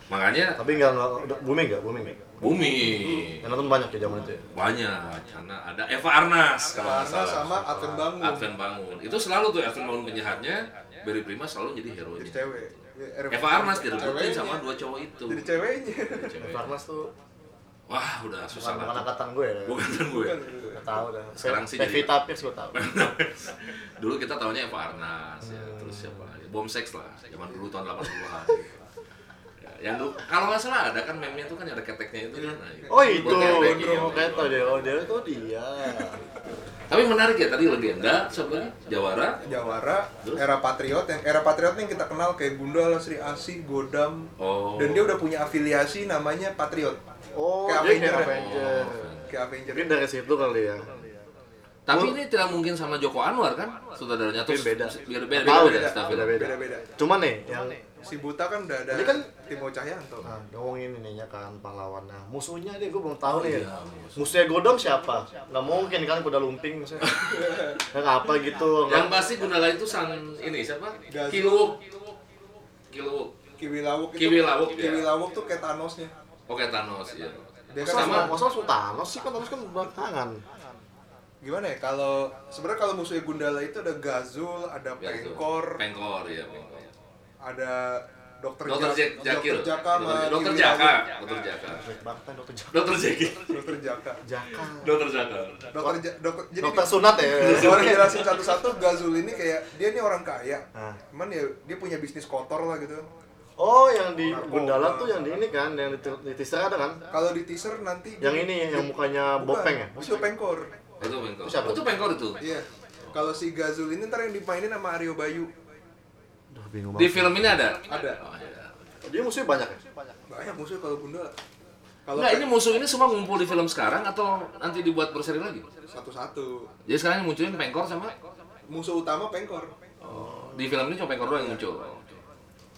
S2: Makanya
S1: Tapi enggak enggak udah booming enggak? Booming ya?
S2: booming.
S1: Yang nonton banyak ya zaman itu ya?
S2: banyak karena ada Eva Arnas kalau nggak
S3: Karena
S2: salah
S3: sama Advent Bangun.
S2: Advent Bangun itu selalu tuh Advent Bangun penjahatnya Barry Prima selalu jadi hero
S3: Jadi cewek. Ya, era-
S2: Eva Arnas direbutin
S3: Ceweknya.
S2: sama dua cowok itu
S3: Jadi ceweknya.
S2: Cewek.
S1: Farnas tuh
S2: wah udah
S1: bukan
S2: susah
S1: bukan
S2: lah
S1: angkatan gue ya.
S2: bukan kan gue
S1: Enggak tahu dah.
S2: Sekarang sih jadi-
S1: Pevita Pierce gue tahu.
S2: dulu kita tahunya Eva Arnas ya terus siapa lagi bom seks lah zaman dulu tahun 80-an Ya, yang dulu kalau nggak salah ada kan meme-nya tuh kan ada keteknya itu kan nah,
S1: Oh itu,
S2: buat ngetek, iya,
S1: Gondrong
S2: iya.
S1: Keto dia, oh dia tuh dia.
S2: tapi menarik ya tadi legenda sebenarnya Jawara
S3: Jawara,
S2: Terus?
S3: era Patriot yang era Patriot yang kita kenal kayak Gundala, Sri Asih, Godam.
S2: oh
S3: Dan dia udah punya afiliasi namanya Patriot.
S1: Oh
S3: Kayak
S1: dia kayak
S3: Avenger ya?
S1: Avenger.
S3: Kayak Avenger.
S1: Mungkin dari situ kali ya.
S2: Tapi ini tidak mungkin sama Joko Anwar kan? Saudaranya tuh
S1: Mungkin beda.
S2: Beda beda beda,
S1: Tahu,
S2: beda,
S1: beda,
S2: staff
S1: beda,
S2: beda.
S1: beda.
S3: Beda-beda.
S1: Cuman nih yang
S3: Si Buta kan udah ada
S1: Ini kan-
S3: Timo Cahyanto.
S1: Nah, ngomongin ininya kan pahlawannya. Musuhnya dia gue belum tahu nih.
S2: Iya,
S1: ya. Musuhnya Godom siapa? Gak mungkin kan kuda lumping maksudnya. Yang apa gitu.
S2: Yang
S1: nggak-
S2: pasti Gundala itu sang ini siapa?
S3: Gazo.
S2: Kiluwuk. Kiluwuk.
S3: Kiwi Lawuk itu.
S2: Kiwi Lawuk, ya.
S3: Kiwi Lawuk tuh kayak Thanosnya.
S2: Oke Thanos ya.
S3: Dia kan
S1: Masa
S2: Sama.
S1: masa langsung Thanos sih kan Thanos kan belakangan.
S3: Gimana ya kalau sebenarnya kalau musuhnya Gundala itu ada Gazul, ada
S2: Ya, itu.
S3: Pengkor,
S2: Pengkor ya. Pengkor.
S3: ada Dokter
S2: Dokter Jack Jakil.
S3: Dokter Jaka sama
S2: Dokter
S3: Kiwi
S2: Jaka.
S3: Lawuk.
S2: Dokter Jaka.
S1: Baik banget dokter Jaka.
S2: Dokter Jakil.
S3: Dokter Jaka.
S1: Jaka.
S2: Dokter Jaka.
S3: Dokter Ja- Dokter jadi
S1: Dokter sunat ya.
S3: Orang jelasin satu-satu Gazul ini kayak dia ini orang kaya.
S1: Ah.
S3: Cuman ya dia punya bisnis kotor lah gitu.
S1: Oh, yang di Gundala tuh yang di ini kan, yang di, di teaser ada kan?
S3: Kalau di teaser nanti
S1: Yang ini yang mukanya
S3: Bukan,
S1: bopeng ya?
S3: Musuh pengkor.
S2: Itu Pengkor.
S1: Siapa?
S2: Itu Pengkor itu.
S3: Iya. Kalau si Gazul ini ntar yang dimainin sama Aryo Bayu.
S1: Duh, bingung
S2: Di film ini ada.
S3: Ada.
S2: Oh, ada.
S1: Dia musuhnya banyak ya?
S3: Banyak musuh kalau Gundala. Kalau
S2: Enggak,
S3: Pe-
S2: ini musuh ini semua ngumpul di film sekarang atau nanti dibuat berseri lagi?
S3: satu-satu.
S2: Jadi sekarang yang munculin Pengkor sama
S3: Musuh utama pengkor.
S2: Oh, di film ini cuma Pengkor doang yang muncul.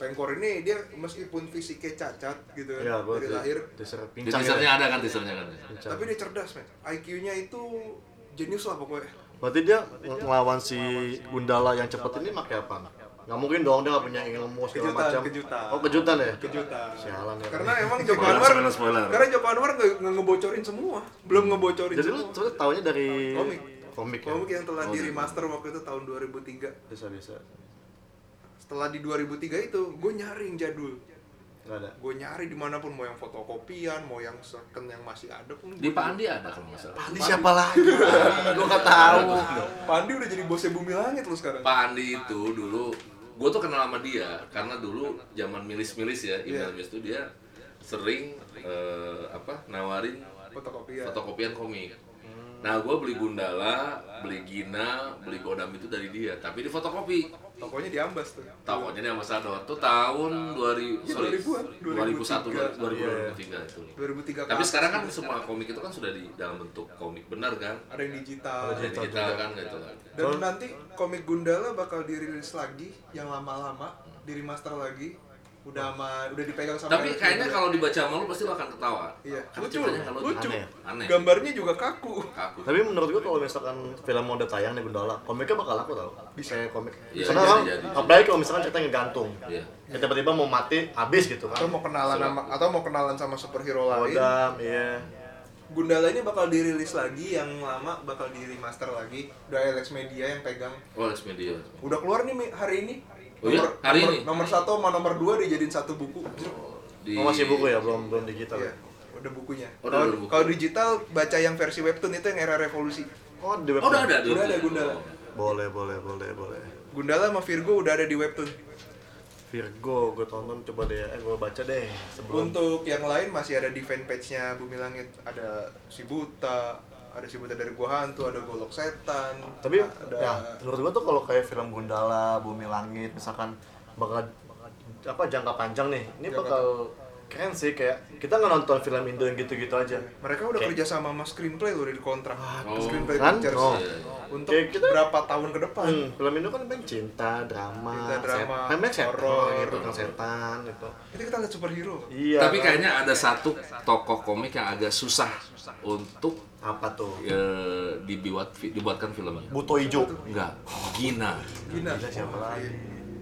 S3: Pengkor ini dia meskipun fisiknya cacat gitu kan,
S1: Iya, gua
S3: dari
S1: tuh
S3: lahir,
S1: teaser
S2: Di
S1: pincang.
S2: teasernya
S1: ya.
S2: ada kan, teasernya kan.
S1: Pincang.
S3: tapi dia cerdas, men. IQ-nya itu jenius lah pokoknya.
S1: Berarti dia ng- ngelawan si Gundala yang cepet ini pakai apa? Gak mungkin dong dia gak punya ilmu segala
S3: Kejutan,
S1: macam.
S3: kejutan.
S1: Oh, kejutan ya?
S3: Kejutan.
S1: Sialan ya.
S3: Karena emang Joko
S2: Spoiler,
S3: Anwar
S2: spoiler, spoiler. Hmm.
S3: Karena Joko Anwar nggak nggak ngebocorin semua. Belum ngebocorin
S1: Jadi lu
S3: semua.
S1: sebenarnya tahunya dari
S3: Komik.
S1: komik. ya?
S3: Komik yang telah
S2: Oh,
S3: di
S2: gitu.
S3: remaster waktu itu tahun 2003.
S1: Bisa bisa.
S3: Setelah di 2003 itu, gue nyari yang jadul.
S1: Gak ada.
S3: Gue nyari dimanapun, mau yang fotokopian, mau yang second yang masih ada pun.
S2: Di
S3: gua-
S2: Pak Andi ada kalau nggak salah.
S1: Ini siapa lagi? Gue gak tahu.
S3: Pandi udah jadi bosnya Bumi Langit lu sekarang.
S2: Pak Andi itu dulu, gue tuh kenal sama dia karena dulu zaman milis-milis ya, email milis itu dia sering eh, apa nawarin
S3: Fotokopian.
S2: fotokopian komik. Nah, gue beli Gundala, beli Gina, beli Godam itu dari dia, tapi di fotokopi.
S3: Tokonya diambas tuh.
S2: Tahunnya di Ambassador tuh tahun 2000,
S3: Iya,
S2: sorry,
S3: 2000-an,
S2: 2001, 2003 itu.
S3: 2003
S2: Tapi
S3: ke
S2: sekarang kan
S3: atas gitu.
S2: semua komik itu kan sudah di dalam bentuk komik benar kan?
S3: ada yang digital.
S2: Ada digital kan gitu kan.
S3: Dan nanti komik Gundala bakal dirilis lagi yang lama-lama, di remaster lagi. udah sama udah dipegang sama
S2: Tapi
S3: anak
S2: kayaknya
S3: muda.
S2: kalau dibaca malu pasti lo akan ketawa.
S3: Iya.
S2: Karena
S3: Lucu,
S2: ceritanya kalau
S3: lucu.
S1: Aneh.
S2: Aneh.
S3: gambarnya juga kaku
S2: Kaku.
S1: Tapi menurut gua kalau misalkan film mau udah tayang di Bendola, komiknya bakal laku tau. Bisa ya komik.
S2: Iya,
S1: Karena
S2: jadi,
S1: orang,
S2: jadi.
S1: apalagi kalau misalkan ceritanya ngegantung.
S2: Iya.
S1: Ya tiba-tiba mau mati, habis gitu
S3: atau
S1: kan.
S3: mau kenalan sama atau mau kenalan sama superhero lain
S1: Kodam, iya.
S3: Gundala ini bakal dirilis lagi yang lama bakal di remaster lagi udah LX Media yang pegang
S2: Oh, Les Media. Les Media.
S3: udah keluar nih Mi, hari ini
S2: Oh iya? Hari
S3: nomor,
S2: ini?
S3: nomor satu sama nomor dua dijadiin satu buku Jeruk.
S2: Di...
S1: Oh, masih buku ya, belum belum digital.
S3: Iya, udah bukunya.
S2: Oh, udah ada
S3: Kalau
S2: buku.
S3: kalau digital baca yang versi webtoon itu yang era revolusi.
S1: Oh, di web.
S2: Oh, udah ada.
S3: Udah ada Gundala.
S1: Boleh, boleh, boleh, boleh.
S3: Gundala sama Virgo udah ada di webtoon.
S1: Virgo, gue tonton coba deh, eh gue baca deh sebelum.
S3: Untuk yang lain masih ada di fanpage-nya Bumi Langit. Ada si Buta, ada si Buta dari Gua Hantu, ada Golok Setan.
S1: Tapi
S3: ada
S1: ya, menurut gua tuh kalau kayak film Gundala, Bumi Langit, misalkan bakal apa jangka panjang nih, ini
S3: Jangka
S1: bakal keren sih kayak kita nggak nonton film Indo yang gitu-gitu aja.
S3: mereka udah kerja
S1: Kayak-
S3: sama sama screenplay loh di kontrak.
S2: Oh.
S3: Screenplay
S1: Kan?
S3: Pictures.
S1: Oh.
S3: Untuk
S1: Kayak kita-
S3: berapa tahun ke depan?
S1: Hmm, film Indo kan banyak cinta, drama,
S3: Cinta, drama,
S1: set- memang setan
S3: horor,
S1: gitu,
S3: gitu.
S1: kan setan gitu.
S3: Itu kita lihat superhero.
S1: Iya.
S2: Tapi
S1: kan?
S2: kayaknya ada satu tokoh komik yang agak susah untuk
S1: apa tuh?
S2: eh, dibuat dibuatkan filmnya.
S1: Buto Ijo.
S2: Enggak, Gina.
S3: Gina.
S1: Gila, siapa lagi?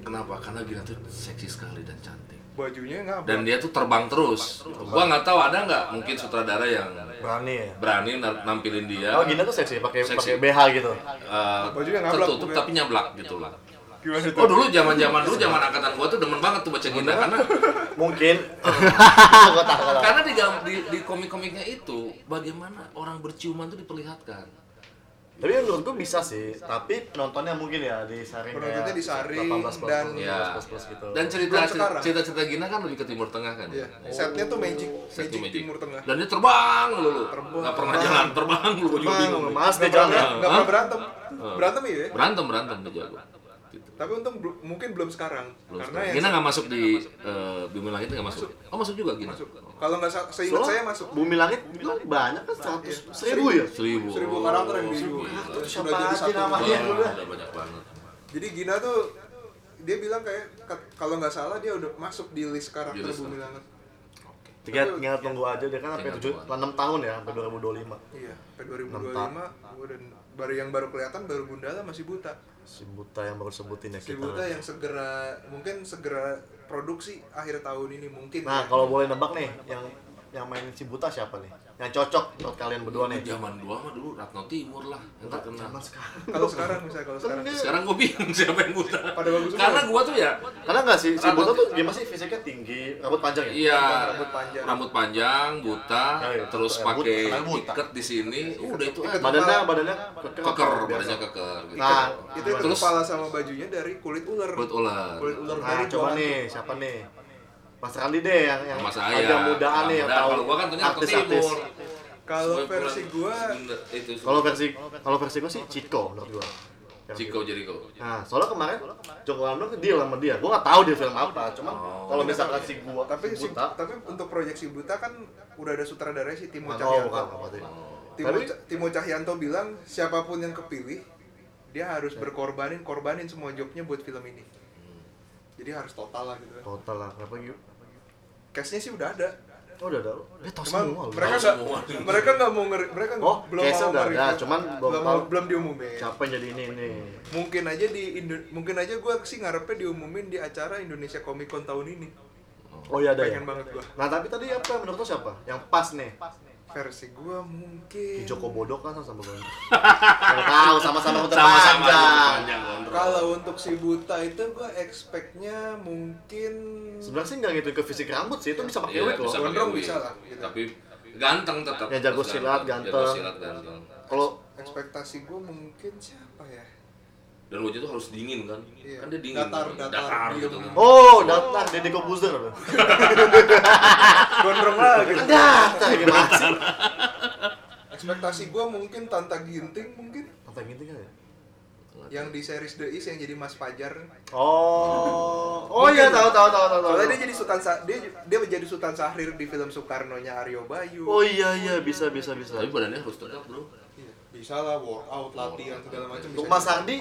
S2: Kenapa? Karena Gina tuh seksi sekali dan cantik.
S3: Bajunya nggak
S2: Dan dia tuh terbang terus. Gua nggak tahu ada nggak mungkin sutradara yang
S1: Berani ya.
S2: berani na- nampilin dia.
S1: Kalau Oh, Gina tuh seksi pakai
S2: Seksi.
S1: pakai BH gitu.
S2: eh,
S3: Bajunya nggak
S2: tertutup
S3: blak,
S2: tapi nyablak gitu lah.
S3: Gimana itu?
S2: Oh dulu zaman zaman dulu zaman angkatan gua tuh demen banget tuh baca Gina karena
S1: Mungkin. Gua tahu kalau.
S2: karena di, gam- di, di komik-komiknya itu bagaimana orang berciuman tuh diperlihatkan.
S1: Tapi menurut gue bisa sih, tapi penontonnya mungkin ya disaring
S3: Penontonnya
S1: kayak
S3: disaring
S1: 18 plus,
S3: dan-
S1: 18
S2: Ya.
S1: plus plus gitu.
S2: Dan cerita
S3: Belum sekarang.
S2: cerita cerita Gina kan lebih ke Timur Tengah kan.
S3: Iya. Setnya tuh Magic,
S2: Set
S3: Magic,
S2: tuh
S3: Timur Tengah.
S2: Dan dia terbang lulu.
S3: Terbang.
S2: Gak pernah jalan terbang lulu. Gua juga
S1: Bang,
S2: bingung.
S1: mas ya?
S3: Nggak
S1: deh
S3: pernah,
S1: jangan.
S3: nggak pernah
S2: Hah?
S3: berantem. Berantem iya ya?
S2: Berantem berantem dia jago. Gitu.
S3: Tapi untuk bel- mungkin belum sekarang.
S2: Belum
S3: Karena
S2: sekarang.
S3: yang
S2: Gina nggak masuk di eh, Bumi Langit nggak masuk. Oh masuk juga Gina.
S3: masuk. Kalau nggak sa- seingat
S1: Soalnya
S3: saya masuk.
S1: Bumi Langit itu banyak kan 100 seribu ya.
S2: Seribu.
S3: Seribu karakter yang di
S2: Seribu.
S3: Itu
S1: Siapa
S3: sudah jadi
S1: aja
S3: satu.
S2: Wah,
S1: namanya? Iya, dulu dah.
S2: udah banyak banget.
S3: Jadi Gina tuh dia bilang kayak ka- kalau nggak salah dia udah masuk di list karakter
S2: Di list.
S3: Bumi Langit.
S1: Tiga tinggal tunggu aja dia kan sampai
S2: Tinggal
S1: tujuh,
S2: tunggu aja.
S1: enam tahun ya sampai 2025.
S3: Iya, sampai 2025 gua dan baru yang baru kelihatan baru Gundala masih buta.
S1: Si buta yang baru sebutin ya
S3: Si
S1: kita.
S3: buta yang segera mungkin segera produksi akhir tahun ini mungkin. ya.
S1: Nah, kalau boleh nebak nih yang yang main si buta siapa nih? Yang cocok buat kalian berdua nih.
S2: Zaman dua mah dulu Ratno Timur lah yang terkenal.
S1: Zaman sekarang.
S3: kalau sekarang misalnya kalau sekarang
S2: Sekarang gue bingung siapa yang buta.
S3: Pada bagus semua.
S2: Karena gue tuh ya,
S1: Karena nggak sih si buta tuh gimana sih fisiknya tinggi, rambut panjang ya?
S2: iya
S3: Rambut panjang. Ya,
S2: rambut panjang, buta,
S1: Nah, iya.
S2: terus
S1: Eh,
S2: pakai
S1: buta.
S2: ikat di sini,
S3: Iya,
S2: udah itu eh,
S1: Badannya badannya keker,
S2: keker,
S1: biasa.
S2: badannya keker. Gitu.
S1: Nah,
S3: itu itu
S2: terus
S3: kepala sama bajunya dari kulit ular.
S2: kulit ular.
S3: Kulit ular
S1: Nah,
S3: dari
S1: coba
S3: Gohan.
S1: nih, siapa nih? Mas Randi deh yang yang
S2: Mas
S1: ada
S2: saya.
S1: mudaan nih yang tahu.
S2: Kalau gue kan tuh Ratno
S1: artis-artis.
S2: Timur.
S3: Kalau
S2: Semua
S3: versi
S2: pulang-
S3: gua
S2: itu
S1: Kalau versi kalau versi gue sih Chico menurut gua. Versi
S2: Ciko Jericho.
S1: Nah, soalnya kemarin Oh, iya. Joko Anwar deal sama dia. Gua gak tahu dia film apa, cuman kalau misalkan si gua
S3: tapi
S1: si
S3: si-
S1: buta.
S3: tapi untuk proyeksi buta kan udah ada sutradara si Timo
S1: Oh,
S3: Cahyanto.
S1: bukan apa sih.
S2: Oh.
S3: Timo,
S1: Tapi-
S3: Ca- Timo Cahyanto bilang siapapun yang kepilih dia harus
S1: Iya.
S3: berkorbanin korbanin semua jobnya buat film ini.
S1: Hmm.
S3: Jadi harus total lah gitu. kan.
S1: Total lah, kenapa gitu?
S3: Cashnya sih udah ada.
S1: Oh, udah ada. Dia tahu
S3: Cuma
S1: semua. lu.
S3: mereka
S2: Tahu
S3: nggak
S2: semua.
S3: mereka nggak mau ngeri, mereka nggak-
S1: Oh, cashnya udah ada,
S3: nge-reveal.
S1: cuman belum
S3: belum,
S1: tahu.
S3: belum diumumin.
S1: Siapa yang jadi ini nih?
S3: Mungkin aja di Indo- mungkin aja gue sih ngarepnya diumumin di acara Indonesia Comic Con tahun ini.
S1: Oh, iya ada ya.
S3: Pengen banget gue.
S1: Nah, tapi tadi apa menurut lo siapa? Yang pas nih.
S3: Versi gue mungkin.
S1: Si Joko bodoh kan sama gue. Gak tahu sama-sama rambut
S2: Sama-sama rambut
S1: panjang.
S2: panjang. gondrong.
S3: Kalau untuk si buta itu gue expectnya mungkin
S1: Sebenarnya sih nggak ngituin ke fisik rambut sih, itu bisa pakai
S2: Iya,
S1: wig
S2: bisa
S1: loh.
S2: pakai
S3: Gondrong
S2: wig.
S3: bisa lah, gitu.
S2: Tapi ganteng tetap.
S1: Yang Ya, jago
S2: Terus
S1: silat,
S2: Jago
S1: ganteng.
S2: silat ganteng.
S1: Kalau
S3: ekspektasi gue mungkin siapa ya?
S2: Dan wajah tuh harus dingin kan?
S3: Iya.
S2: Kan dia dingin.
S3: Datar,
S2: kan?
S3: datar, diem.
S2: gitu kan.
S1: Oh, datang Deddy Kobuzer.
S3: Gondrong lagi.
S1: gitu. Datang gimana sih?
S3: Ekspektasi gue mungkin Tanta Ginting mungkin
S1: Apa yang intinya ya?
S3: yang di series The East yang jadi Mas Pajar.
S1: Oh, oh iya tahu tahu tahu tahu tahu.
S3: Soalnya dia jadi Sultan Sa- dia dia menjadi Sultan Sahrir di film Soekarno-nya Aryo Bayu.
S1: Oh iya iya bisa bisa bisa.
S2: Tapi badannya harus tegak bro.
S3: Iya, Bisa lah workout, latihan segala macam.
S1: Untuk
S3: bisa.
S1: Mas Ardi,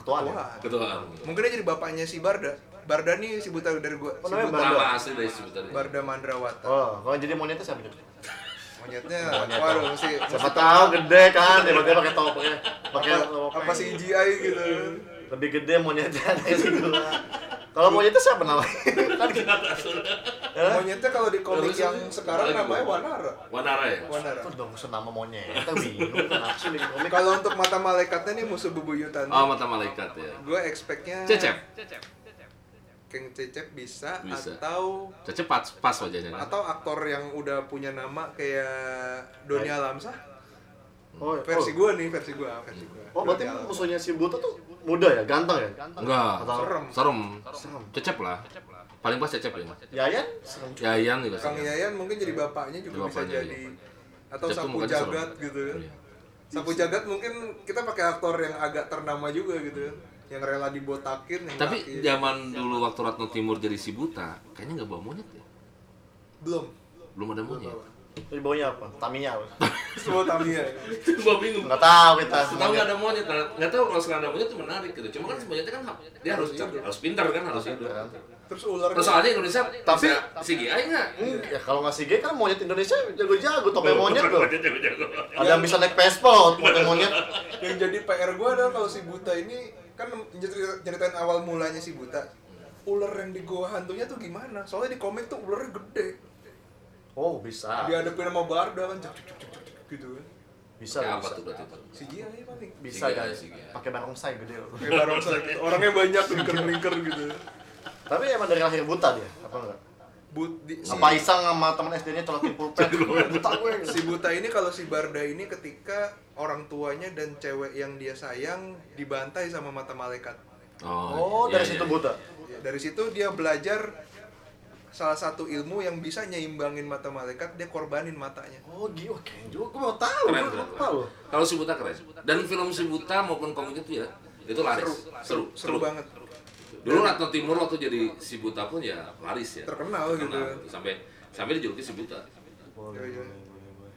S1: ketua
S3: Wah,
S1: ya?
S2: Ketua.
S3: Mungkin dia jadi bapaknya si Barda. Barda nih si buta dari gua.
S1: Apa
S3: Si
S1: namanya,
S3: buta.
S1: Barda?
S2: Nama asli dari sebutannya.
S3: Barda Mandrawata.
S1: Oh, kalau jadi monyetnya siapa itu?
S3: Monyetnya warung sih.
S1: Siapa tahu gede kan, tiba-tiba pakai topengnya, pakai
S3: Apa, apa sih CGI gitu.
S1: lebih gede monyetnya dari gua. Kalau monyetnya siapa namanya? kan gitu. Hah?
S3: Monyetnya kalau di komik
S2: Terus,
S3: yang
S2: terus,
S3: sekarang
S2: apalagi,
S3: namanya
S2: Bu?
S3: Wanara.
S2: Wanara ya?
S3: Wanara.
S1: Itu dong senama monyet, kita bingung kenapa sih bikin komik.
S3: Kalau untuk mata malaikatnya nih musuh bebuyutan.
S2: Oh, mata malaikat ya.
S3: Gue expectnya
S2: Cecep.
S3: King Cecep bisa,
S2: Bisa.
S3: atau
S2: Cecep pas, pas wajahnya.
S3: atau aktor yang udah punya nama kayak Donia Lamsah.
S1: Oh,
S3: Versi
S1: oh.
S3: gue nih, versi gue, versi gue.
S1: Oh, berarti musuhnya si Buta tuh muda ya, ganteng ya?
S2: Enggak.
S1: Atau-
S3: Serem.
S2: Serem.
S1: Serem.
S2: Cecep lah. Paling pas Cecep paling.
S1: Yayan serem juga.
S2: Yayan juga
S3: Kang
S2: serem.
S3: Yayan mungkin jadi bapaknya juga
S2: Jadi
S3: bisa
S2: bapaknya,
S3: jadi
S2: iya.
S3: atau
S2: Cecep tuh
S3: sapu
S2: mukanya serem.
S3: jagat gitu kan.
S2: Iya.
S3: Sapu jagat mungkin kita pakai aktor yang agak ternama juga gitu kan. Yang rela dibotakin yang
S2: Tapi
S3: kaki-
S2: zaman dulu waktu Ratno Timur jadi si buta, kayaknya nggak bawa monyet ya.
S3: belum.
S2: Belum ada monyet.
S1: Terus baunya apa? Tamiya apa?
S3: Semua Tamiya.
S2: Gua bingung.
S1: Nggak tahu kita.
S2: Tahu nggak ada monyet? Nah, Nggak tahu kalau sekarang ada monyet itu menarik gitu. Cuma kan monyetnya kan hap- dia harus
S1: Iya.
S2: harus pintar kan harus hidup.
S3: Terus ular
S2: Persoalannya Indonesia
S1: Tapi-
S2: tapi CGI nggak?
S1: Hmm, ya kalau nggak si G kan monyet Indonesia jago-jago topeng monyet loh.
S2: jago-jago.
S1: Ada yang bisa naik Vespa loh topeng monyet.
S3: yang jadi PR gue adalah kalau si buta ini kan cerita- ceritain awal mulanya si buta ular yang di goa hantunya tuh gimana soalnya di komik tuh ularnya gede
S1: Oh bisa,
S3: dihadapin sama barda kan cuk, cuk, cuk, cuk, cuk, gitu kan
S1: bisa
S2: Ya, apa
S1: bisa.
S2: tuh berarti itu?
S3: CGI paling
S1: Bisa
S2: Siga,
S1: kan?
S2: siga.
S1: Pakai barongsai gede loh.
S3: kayak barongsai gitu. orangnya banyak lingkar-lingkar gitu
S1: Tapi emang dari lahir buta dia, apa enggak?
S3: But, di-
S2: Iya.
S3: si,
S1: Apa Isang sama teman SD-nya colokin pulpen? buta gue.
S3: si buta ini kalau si barda ini ketika orang tuanya dan cewek yang dia sayang dibantai sama mata malaikat
S1: Oh,
S2: iya,
S1: dari
S2: iya,
S1: situ
S2: iya.
S1: buta.
S3: Ya, dari situ dia belajar salah satu ilmu yang bisa nyeimbangin mata malaikat dia korbanin matanya
S1: Oh, gila keren juga. Gue mau tahu,
S2: Keren,
S1: gue
S2: keren,
S1: lupa
S2: keren. Iya,
S1: loh.
S2: Kalau si buta keren. Dan film si buta maupun komik itu ya, itu laris. Seru.
S3: seru banget
S2: Dulu Ratno Timur waktu jadi si buta pun ya laris ya.
S3: Terkenal gitu.
S2: Sampai sampai dijuluki si buta.
S1: Boleh,
S3: Iya, iya.
S1: boleh, boleh, boleh.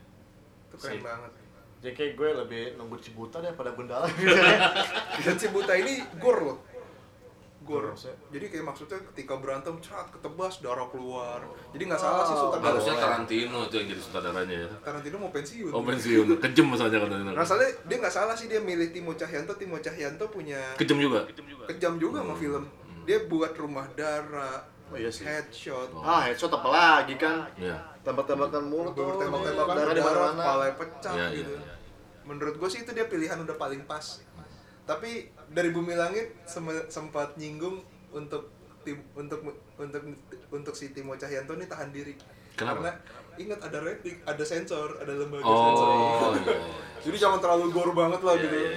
S3: Itu keren
S1: Sip.
S3: banget
S1: Jadi kayak gue lebih nunggu si buta daripada gundala.
S3: dan si buta ini gor loh gor
S1: Gor, maksudnya?
S3: jadi kayak maksudnya ketika berantem cerat ketebas darah keluar jadi nggak salah
S1: Oh.
S3: sih sutradara
S2: Harusnya
S1: boleh.
S2: Tarantino itu yang jadi sutradaranya ya.
S3: Tarantino mau pensiun
S2: Oh pensiun, kejem misalnya kata Tarantino.
S3: Rasanya dia nggak salah sih dia milih Timo Cahyanto. Timo Cahyanto punya
S2: Kejem juga.
S3: kejam juga sama film. Dia buat rumah darah,
S1: Oh, iya sih.
S3: headshot,
S2: Oh.
S1: ah, headshot apa lagi kan?
S2: Iya.
S1: Tembak-tembakan mulu tuh.
S3: bertembak-tembakan
S1: Darah di
S3: darah,
S1: mana-mana.
S3: kepala pecah
S2: Iya,
S3: gitu.
S2: iya, iya.
S3: Menurut gue sih itu dia pilihan udah paling pas. Tapi dari Bumi Langit sem- sempat nyinggung untuk tim- untuk untuk untuk si Timo Cahyanto ini tahan diri.
S2: Kenapa?
S3: Karena ingat ada rating, ada sensor, ada lembaga
S2: Oh.
S3: sensor.
S2: iya.
S3: Jadi jangan terlalu gor banget lah
S2: Iya,
S3: gitu.
S2: iya,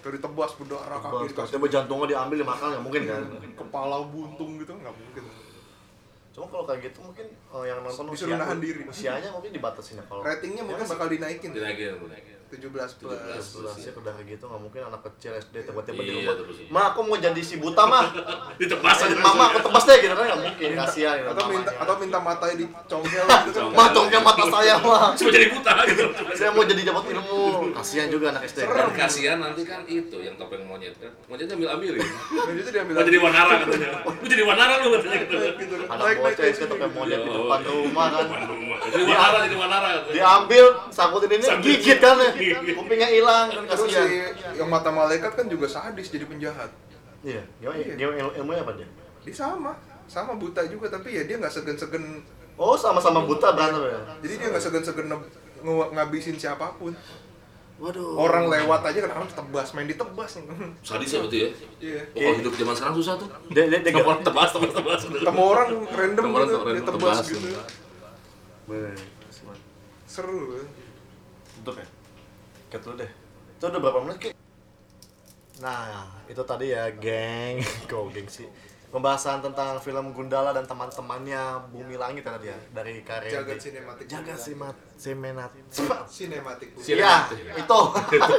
S3: Dari tebas berdarah kaki dikasih
S1: Coba jantungnya diambil dimakan nggak mungkin kan?
S3: kepala buntung gitu nggak mungkin.
S1: Cuma kalau kayak gitu mungkin eh, yang nonton
S3: Disuruh nahan diri.
S1: usianya mungkin dibatasin ya kalau
S3: Ratingnya mungkin bakal dinaikin.
S2: Dinaikin, dinaikin.
S3: 17 plus.
S1: Situasi udah kayak gitu nggak mungkin anak kecil SD tiba-tiba di rumah.
S2: Iya, terus.
S1: Ma, aku mau jadi si buta mah.
S2: Ditebas aja.
S1: Mama, aku tebas deh gitu kan nggak mungkin kasihan gitu.
S3: Atau minta atau minta matanya dicongkel gitu.
S1: Ma, tongnya mata saya mah.
S2: Cuma jadi buta gitu.
S1: Saya mau jadi jabat ilmu. Kasihan juga anak SD.
S2: Dan kasihan nanti kan itu yang topeng monyet kan. Monyetnya ambil-ambilin.
S3: Dan itu diambil.
S2: Mau Oh, jadi wanara katanya. Lu jadi wanara lu katanya gitu.
S3: gitu.
S1: Anak bocah SD tuh kayak monyet di depan rumah kan.
S2: Jadi wanara jadi wanara katanya.
S1: Diambil, sakutin ini gigit kan. ya.
S2: Gigit.
S1: Kupingnya hilang kan
S3: Terus si
S1: kasihan.
S3: yang mata malaikat kan juga sadis jadi penjahat.
S1: Iya, gimana gimana il- ilmunya apa dia?
S3: Dia sama, sama buta juga tapi ya dia nggak segan-segan.
S1: Oh, sama-sama buta berantem ya.
S3: Jadi dia nggak segan-segan neb- nge- ngabisin siapapun.
S1: Waduh.
S3: Orang lewat aja kan harus tebas, main ditebas.
S2: Sadis ya berarti ya.
S3: Iya.
S2: Oh, kalau hidup zaman sekarang susah tuh.
S1: dia dia dia
S2: Tebas, tebas, tebas, tebas.
S3: Ketemu orang random
S2: Ketemu orang
S3: gitu,
S2: random,
S3: dia tebas
S2: tebas.
S3: gitu.
S1: Weh,
S3: Seru. eh.
S1: Tutup ya? Cut dulu deh Itu udah berapa menit, Ki? Nah, itu tadi ya, geng Kok geng sih? Pembahasan tentang film Gundala dan teman-temannya Bumi Langit ya tadi ya Dari karya
S3: Jagat
S1: di-
S3: sinematik.
S1: Jagat Simat Semenat
S3: Sinematik. Bumi.
S1: Ya, itu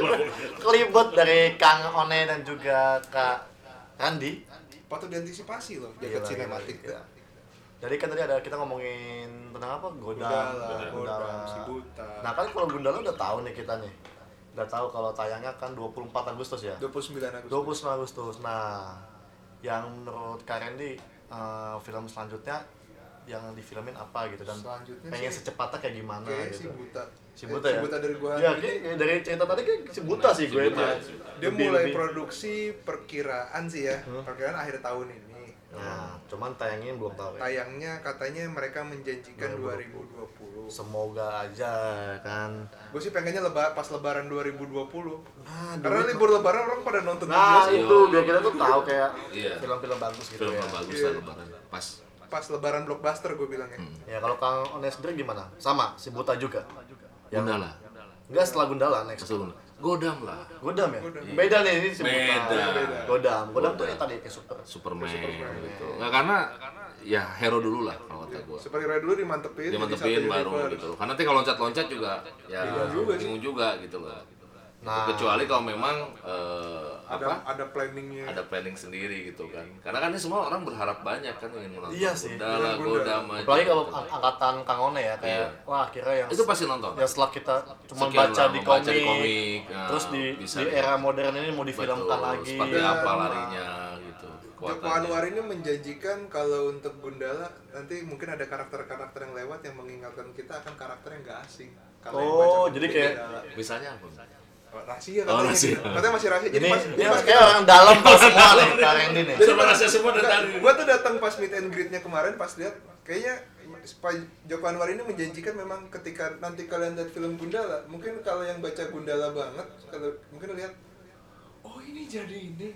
S1: Kelibet dari Kang One dan juga Kak Randi
S3: Patut diantisipasi loh,
S1: Iya,
S3: jagat sinematik.
S1: iya. Jadi kan tadi ada kita ngomongin tentang apa? Godam,
S3: Gundala,
S1: Godam.
S3: Godam, si buta.
S1: Nah kan kalau Gundala udah tahu nih kita nih. Udah tahu kalau tayangnya kan 24 Agustus ya.
S3: 29 Agustus.
S1: 29 Agustus. Nah, yang menurut Kak Randy eh, film selanjutnya yang difilmin apa gitu dan
S3: Selanjutnya
S1: pengen
S3: sih-
S1: secepatnya kayak gimana
S3: Kayaknya si
S1: gitu.
S3: buta. Eh,
S1: Si buta ya?
S3: dari gua Hantu ini, Nah,
S1: Iya, kayak- kayak dari cerita tadi kayak si buta sih
S2: Si
S1: gue
S2: Buta.
S1: Pak.
S3: dia
S1: Lebih-
S3: mulai
S1: lebih-
S3: produksi perkiraan sih ya. Perkiraan akhir tahun ini.
S1: Nah, cuman tayangin belum tahu. Ya.
S3: Tayangnya katanya mereka menjanjikan 2020.
S1: Semoga aja kan.
S3: Gue sih pengennya leba- pas lebaran 2020.
S1: Ah,
S3: Karena libur lebaran orang pada nonton video
S1: Nah,
S3: sih.
S1: itu biar kita tuh tahu kayak
S2: Iya.
S1: film-film bagus gitu
S2: film
S1: ya.
S2: yang bagus
S3: Iya.
S2: lah lebaran pas
S3: Pas lebaran blockbuster gue bilangnya.
S1: Ya kalau Kang Honest Drake gimana? Sama, si Buta juga.
S3: Iya.
S1: Yang
S2: Gundala
S1: enggak setelah Gundala next.
S2: satu Godam lah
S1: Godam ya?
S3: Godam.
S1: Beda nih ini si Buta.
S2: Beda.
S1: Godam. Godam tuh
S2: Godam.
S1: yang tadi kayak super.
S2: Superman, gitu nggak karena ya hero dulu lah kalau kata gue
S3: Superhero dulu dimantepin. Iya,
S2: dia
S3: jadi
S2: mantepin
S3: satu
S2: baru
S3: universe.
S2: gitu loh karena nanti kalau loncat-loncat juga ya
S3: juga sih.
S2: bingung juga gitu loh
S1: Nah.
S2: kecuali kalau memang eh,
S3: Ada
S2: apa
S3: ada planningnya.
S2: ada planning sendiri gitu kan karena kan ini semua orang berharap banyak kan ingin menonton
S1: Iya sih.
S2: Gundala,
S3: Bener,
S2: Godam aja
S1: Apalagi kalau
S2: gitu.
S1: ang- angkatan Kang One ya kayak wah akhirnya yang
S2: Iya. itu pasti nonton
S1: ya setelah kita cuma
S2: Sekian
S1: baca,
S2: lama
S1: di
S2: baca
S1: komik,
S2: di komik, nah,
S1: terus di,
S2: bisa
S1: di
S2: di-
S1: era modern ini mau
S2: Betul,
S1: difilmkan lagi
S2: seperti
S3: Dan-
S2: apa larinya gitu
S3: Joko
S1: ya.
S2: kekuatannya.
S3: Anwar ini menjanjikan kalau untuk Gundala nanti mungkin ada karakter-karakter yang lewat yang mengingatkan kita akan karakter yang gak asing. Kalau yang baca
S1: Oh,
S3: buku
S1: jadi kayak-
S3: Gundala.
S2: misalnya apa
S3: rahasia
S2: Oh,
S3: katanya. gitu.
S2: rahasia.
S3: Katanya masih rahasia.
S1: ini
S3: pas-
S1: dia
S3: pas
S1: kayak orang dalam banget semua nih Kang Randy nih
S2: Serba rahasia semua dari
S3: Enggak,
S2: tadi.
S3: gua tuh datang pas meet and greet-nya kemarin pas lihat kayaknya Pak Joko Anwar ini menjanjikan memang ketika nanti kalian lihat film Gundala, mungkin kalau yang baca Gundala banget, kalau mungkin lihat oh ini jadi ini.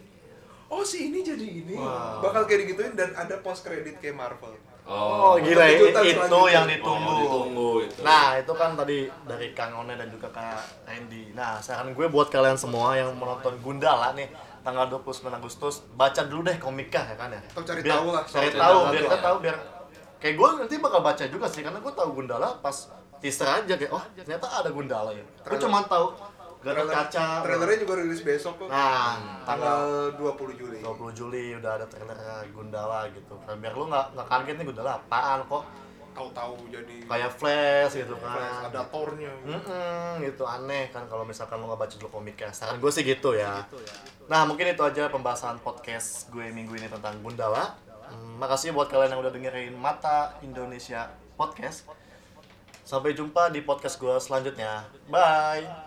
S3: Oh si ini jadi ini. Bakal kayak digituin dan ada post credit kayak Marvel.
S1: oh gila ya,
S3: Kejutan
S1: itu
S3: selanjutnya.
S1: yang
S2: ditunggu
S1: ditunggu
S2: Oh, ditunggu itu
S1: Nah, itu kan tadi dari Kang One dan juga Kak Randy. Nah, saran gue buat kalian semua yang menonton Gundala nih tanggal 29 Agustus, baca dulu deh komiknya ya kan ya.
S3: Atau cari
S1: Biar-
S3: tahu lah.
S1: Cari tahu
S2: Cari tahu
S1: biar
S2: lah.
S1: kita tahu biar kayak gue nanti bakal baca juga sih karena gue tahu Gundala pas teaser aja kayak oh ternyata ada Gundala ya. Gue cuma tahu gatot kaca.
S3: Trailernya juga rilis besok kok.
S2: Hmm.
S1: Nah, tanggal
S3: tanggal 20 Juli.
S1: 20 Juli udah ada trailer Gundala gitu. Nah, biar lu nggak nggak kaget nih Gundala apaan kok
S3: Tahu-tahu jadi
S1: kayak Flash gitu kan.
S3: ada tornya.
S1: Mm-mm, gitu aneh kan kalau misalkan lo nggak baca dulu komiknya saran gue sih gitu ya nah mungkin itu aja pembahasan podcast gue minggu ini tentang Gundala Mm, makasih buat kalian yang udah dengerin Mata Indonesia Podcast sampai jumpa di podcast gue selanjutnya bye